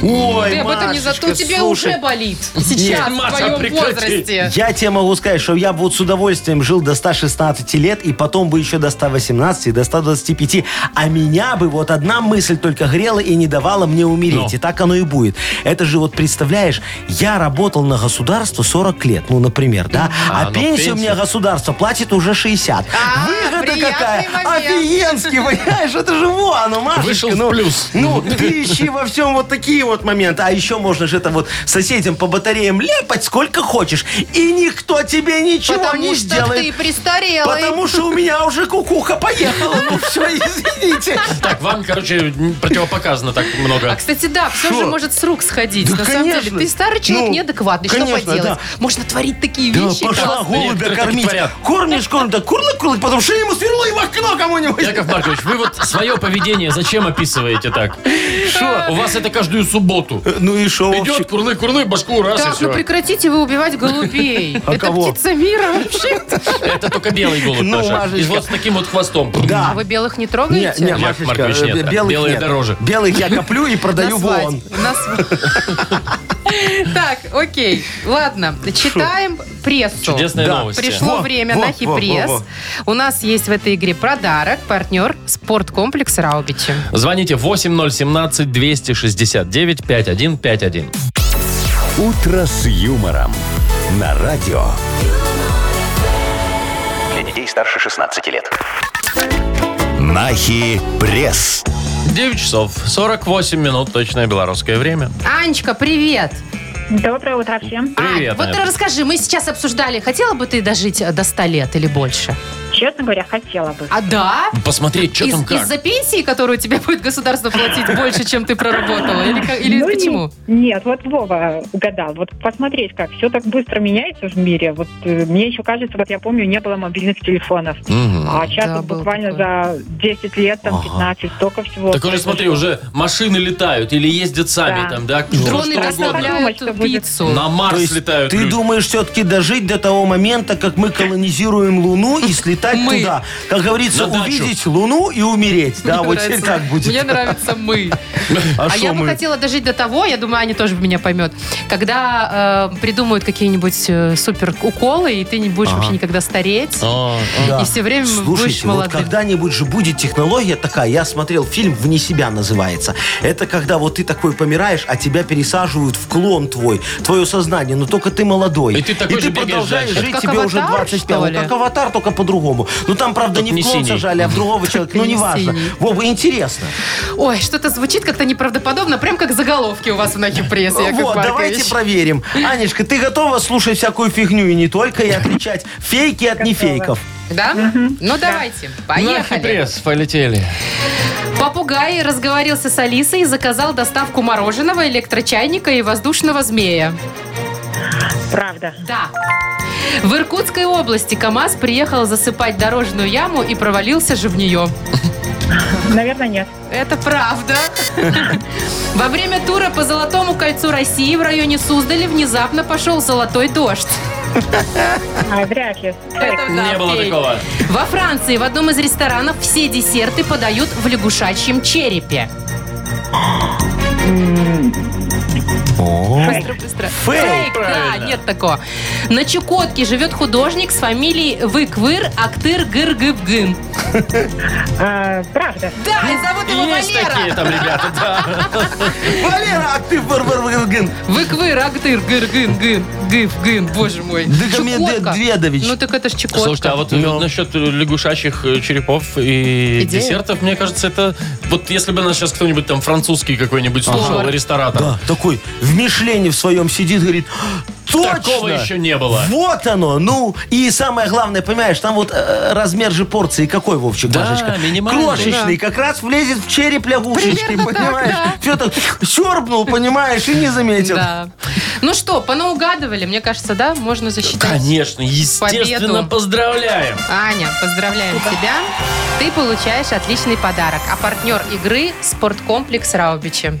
C: Ой,
D: Ты об этом не
C: Машечка,
D: зато у тебя
C: слушай,
D: уже болит. Сейчас, в
B: Маша,
D: твоем
B: прекрати.
D: возрасте.
C: Я тебе могу сказать, что я бы вот с удовольствием жил до 116 лет, и потом бы еще до 118, и до 125. А меня бы вот одна мысль только грела и не давала мне умереть.
B: Ну.
C: И так оно и будет. Это же вот, представляешь, я работал на государство 40 лет, ну, например, да?
B: А,
C: А,
B: ну, пенсия.
C: пенсию мне государство платит уже 60.
D: А,
C: Выгода
D: приятный
C: какая!
D: момент.
C: Офигенский, понимаешь? Это же во оно, Машечка.
B: Вышел в
C: ну,
B: плюс.
C: Ну, ты ищи во всем вот такие вот моменты. А еще можно же это вот соседям по батареям лепать сколько хочешь. И никто тебе ничего
D: Потому
C: не
D: что
C: сделает.
D: ты престарелый.
C: Потому что у меня уже кукуха поехала. Ну все, извините.
B: Так, вам, короче, н- противопоказано так много.
D: А, кстати, да, все
C: Шо?
D: же может с рук сходить.
C: Да,
D: на самом деле,
C: конечно.
D: ты старый человек
C: Ну,
D: неадекватный, что
C: конечно,
D: поделать?
C: да.
D: Можно творить такие
C: Да,
D: вещи.
C: пошла
D: классные.
C: голубя
B: Некоторые
C: кормить.
B: так
C: Кормишь, кормишь, да курлык-курлык, потом шею ему свернула и в окно кому-нибудь.
B: Яков Маркович, вы вот свое поведение зачем описываете так?
D: А.
B: У вас это каждую субботу.
C: Ну и шо,
B: Идет
C: Вовчик?
B: курлы, курлы, башку раз и
D: Так, ну
B: все.
D: прекратите вы убивать голубей.
C: А
D: Это
C: кого?
D: птица мира вообще.
B: Это только белый голубь,
C: Ну,
B: Маша. И
C: Машечка.
B: вот с таким вот хвостом.
C: Да.
D: А вы белых не
C: Не,
D: трогаете?
C: не,
B: Яков
C: Машечка,
B: Маркович, нет,
C: э,
B: да.
C: белых
B: Белые
C: нет.
B: дороже.
C: Белых я коплю и
D: На
C: продаю вон.
D: свадьбе. На св- Так, окей. Ладно, читаем прессу.
B: Чудесная
C: Да.
B: новость.
D: Пришло
C: Во,
D: время
C: во,
D: на хипресс.
C: во, во,
D: У нас есть в этой игре подарок. Партнер спорткомплекс Раубичи.
B: Звоните 8017-269-5151.
A: «Утро с юмором». На радио.
E: Для детей старше 16 лет.
A: Нахи пресс.
B: 9 часов 48 минут, точное белорусское время.
D: Анечка, привет.
H: Доброе утро всем.
B: Привет,
D: Ань, вот
B: Ань.
D: расскажи, мы сейчас обсуждали, хотела бы ты дожить э, до 100 лет или больше?
H: Честно говоря, хотела бы.
D: А да?
B: Посмотреть, что
D: Из-
B: там как.
D: Из-за пенсии, которую тебе будет государство платить больше, чем ты проработала? Или, как- или
H: Ну, не-
D: почему?
H: Нет, вот Вова угадал. Вот посмотреть, как все так быстро меняется в мире. Вот э, мне еще кажется, вот я помню, не было мобильных телефонов.
B: Мгм.
H: А сейчас
D: Да,
H: вот
D: было
H: буквально за 10 лет, там, 15, столько всего.
B: Так уже, смотри, уже машины летают или ездят сами
H: Да.
B: там, да?
D: Дроны
B: Ну, что угодно.
D: доставляют
H: Подумать, что будет.
D: пиццу.
B: На
C: То
B: Марс
C: есть
B: летают.
C: ты
B: люди.
C: думаешь все-таки дожить до того момента, как мы колонизируем Луну и слетать
D: Мы.
C: туда? Как говорится,
B: На дачу.
C: увидеть Луну и умереть. Да,
D: Мне
C: вот
D: нравится.
C: так будет.
D: Мне нравится мы. А,
C: шо
D: я бы
C: мы?
D: хотела дожить до того, я думаю, Аня тоже меня поймет, когда э, придумают какие-нибудь э, супер уколы, и ты не будешь вообще никогда стареть.
B: А,
C: Да.
D: И все время будешь
C: Слушайте, вот
D: молодым.
C: когда-нибудь же будет технология такая. Я смотрел фильм «Вне себя» называется. Это когда вот ты такой помираешь, а тебя пересаживают в клон твой, твое сознание, но только ты молодой.
B: И ты такой же бегаешь
C: продолжаешь
B: дальше.
C: жить,
D: Это как
C: тебе уже
D: «Аватар»,
C: 25.
D: что
C: Вот
D: ли?
C: Как аватар, только по-другому. Ну там, правда, не
B: не
C: в клон
B: синий.
C: сажали, а в другого человека. Ну
D: не
C: неважно.
D: синий.
C: Вова, интересно.
D: Ой, что-то звучит как-то неправдоподобно, прям как заголовки у вас в нахи прессе, Яков
C: Вот,
D: Маркович.
C: давайте проверим. Анечка, ты готова слушать всякую фигню и не только, и отличать фейки от нефейков?
D: Да? Ну давайте,
B: Нахи
D: поехали.
B: пресс, полетели.
D: Попугай разговорился с Алисой и заказал доставку мороженого, электрочайника и воздушного змея.
H: Правда.
D: Да. В Иркутской области КАМАЗ приехал засыпать дорожную яму и провалился же в нее.
H: Наверное, нет.
D: Это правда. Во время тура по Золотому кольцу России в районе Суздали внезапно пошел золотой дождь.
H: А, вряд ли.
D: Это да,
B: Не было
D: Федь.
B: такого.
D: Во Франции в одном из ресторанов все десерты подают в лягушачьем черепе. Быстро, быстро. Фейк, да, нет такого. На Чукотке живет художник с фамилией Выквыр Актыр Гыргыбгын.
H: А, правда.
D: Да, и зовут его
B: Есть такие
D: Валера.
B: там ребята, да.
C: Валера, а ты вор- вор- вор- гын.
D: Выквыр Актыр Гыргын Гын Гыв Гын, боже мой. Чукотка.
C: Дагомедедведович.
D: Ну так это ж Чукотка.
B: Слушайте, а вот
C: Ну.
B: э, насчет э, лягушачьих э, черепов и
D: Идея.
B: десертов, мне кажется, это... Вот если бы нас сейчас кто-нибудь там французский какой-нибудь слушал,
D: Повар.
B: ресторатор.
C: Да, А, такой в Мишлене в своем сидит, говорит, точно!
B: Такого еще не было.
C: Вот оно, ну, и самое главное, понимаешь, там вот э, размер же порции какой, Вовчик,
B: Да,
C: Машечка?
B: минимальный.
C: Крошечный, как раз влезет в череп лягушечки,
D: Примерно так,
C: понимаешь?
D: да.
C: Все так сербнул, понимаешь, и не заметил.
D: Да. Ну что, понаугадывали, мне кажется, да, можно засчитать.
B: Конечно, естественно,
D: Победу.
B: поздравляем.
D: Аня, поздравляем тебя. Ты получаешь отличный подарок. А партнер игры – спорткомплекс «Раубичи».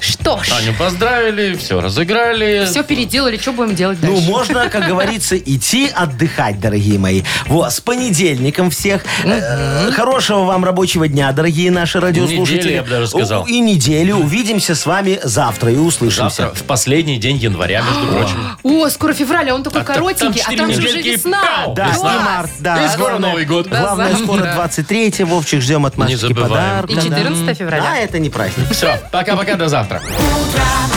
D: Что ж,
B: Аню поздравили, все разыграли.
D: все переделали, что будем делать
C: Ну,
D: дальше?
C: можно, как говорится, идти отдыхать, дорогие мои. Вот, с понедельником всех. Э, Хорошего вам рабочего дня, дорогие наши радиослушатели.
B: Недели, я бы даже сказал.
C: О, И недели. Увидимся с вами завтра и услышимся.
B: Завтра, в последний день января, между прочим.
D: О, скоро февраль, а он такой
B: А там-
D: коротенький,
B: там
D: а там же
B: четыре
D: уже
B: недельки,
D: весна.
B: пау!
C: Да,
B: Весна.
C: и март, да.
B: И скоро
C: Главное-
B: Новый год.
D: Да.
C: Главное,
D: завтра.
C: скоро 23 Вовчик, ждем от Машечки
B: забываем.
C: подарка.
D: И 14
C: да.
D: февраля.
C: Да, это не праздник.
B: Все, пока-пока, до завтра.
G: Утро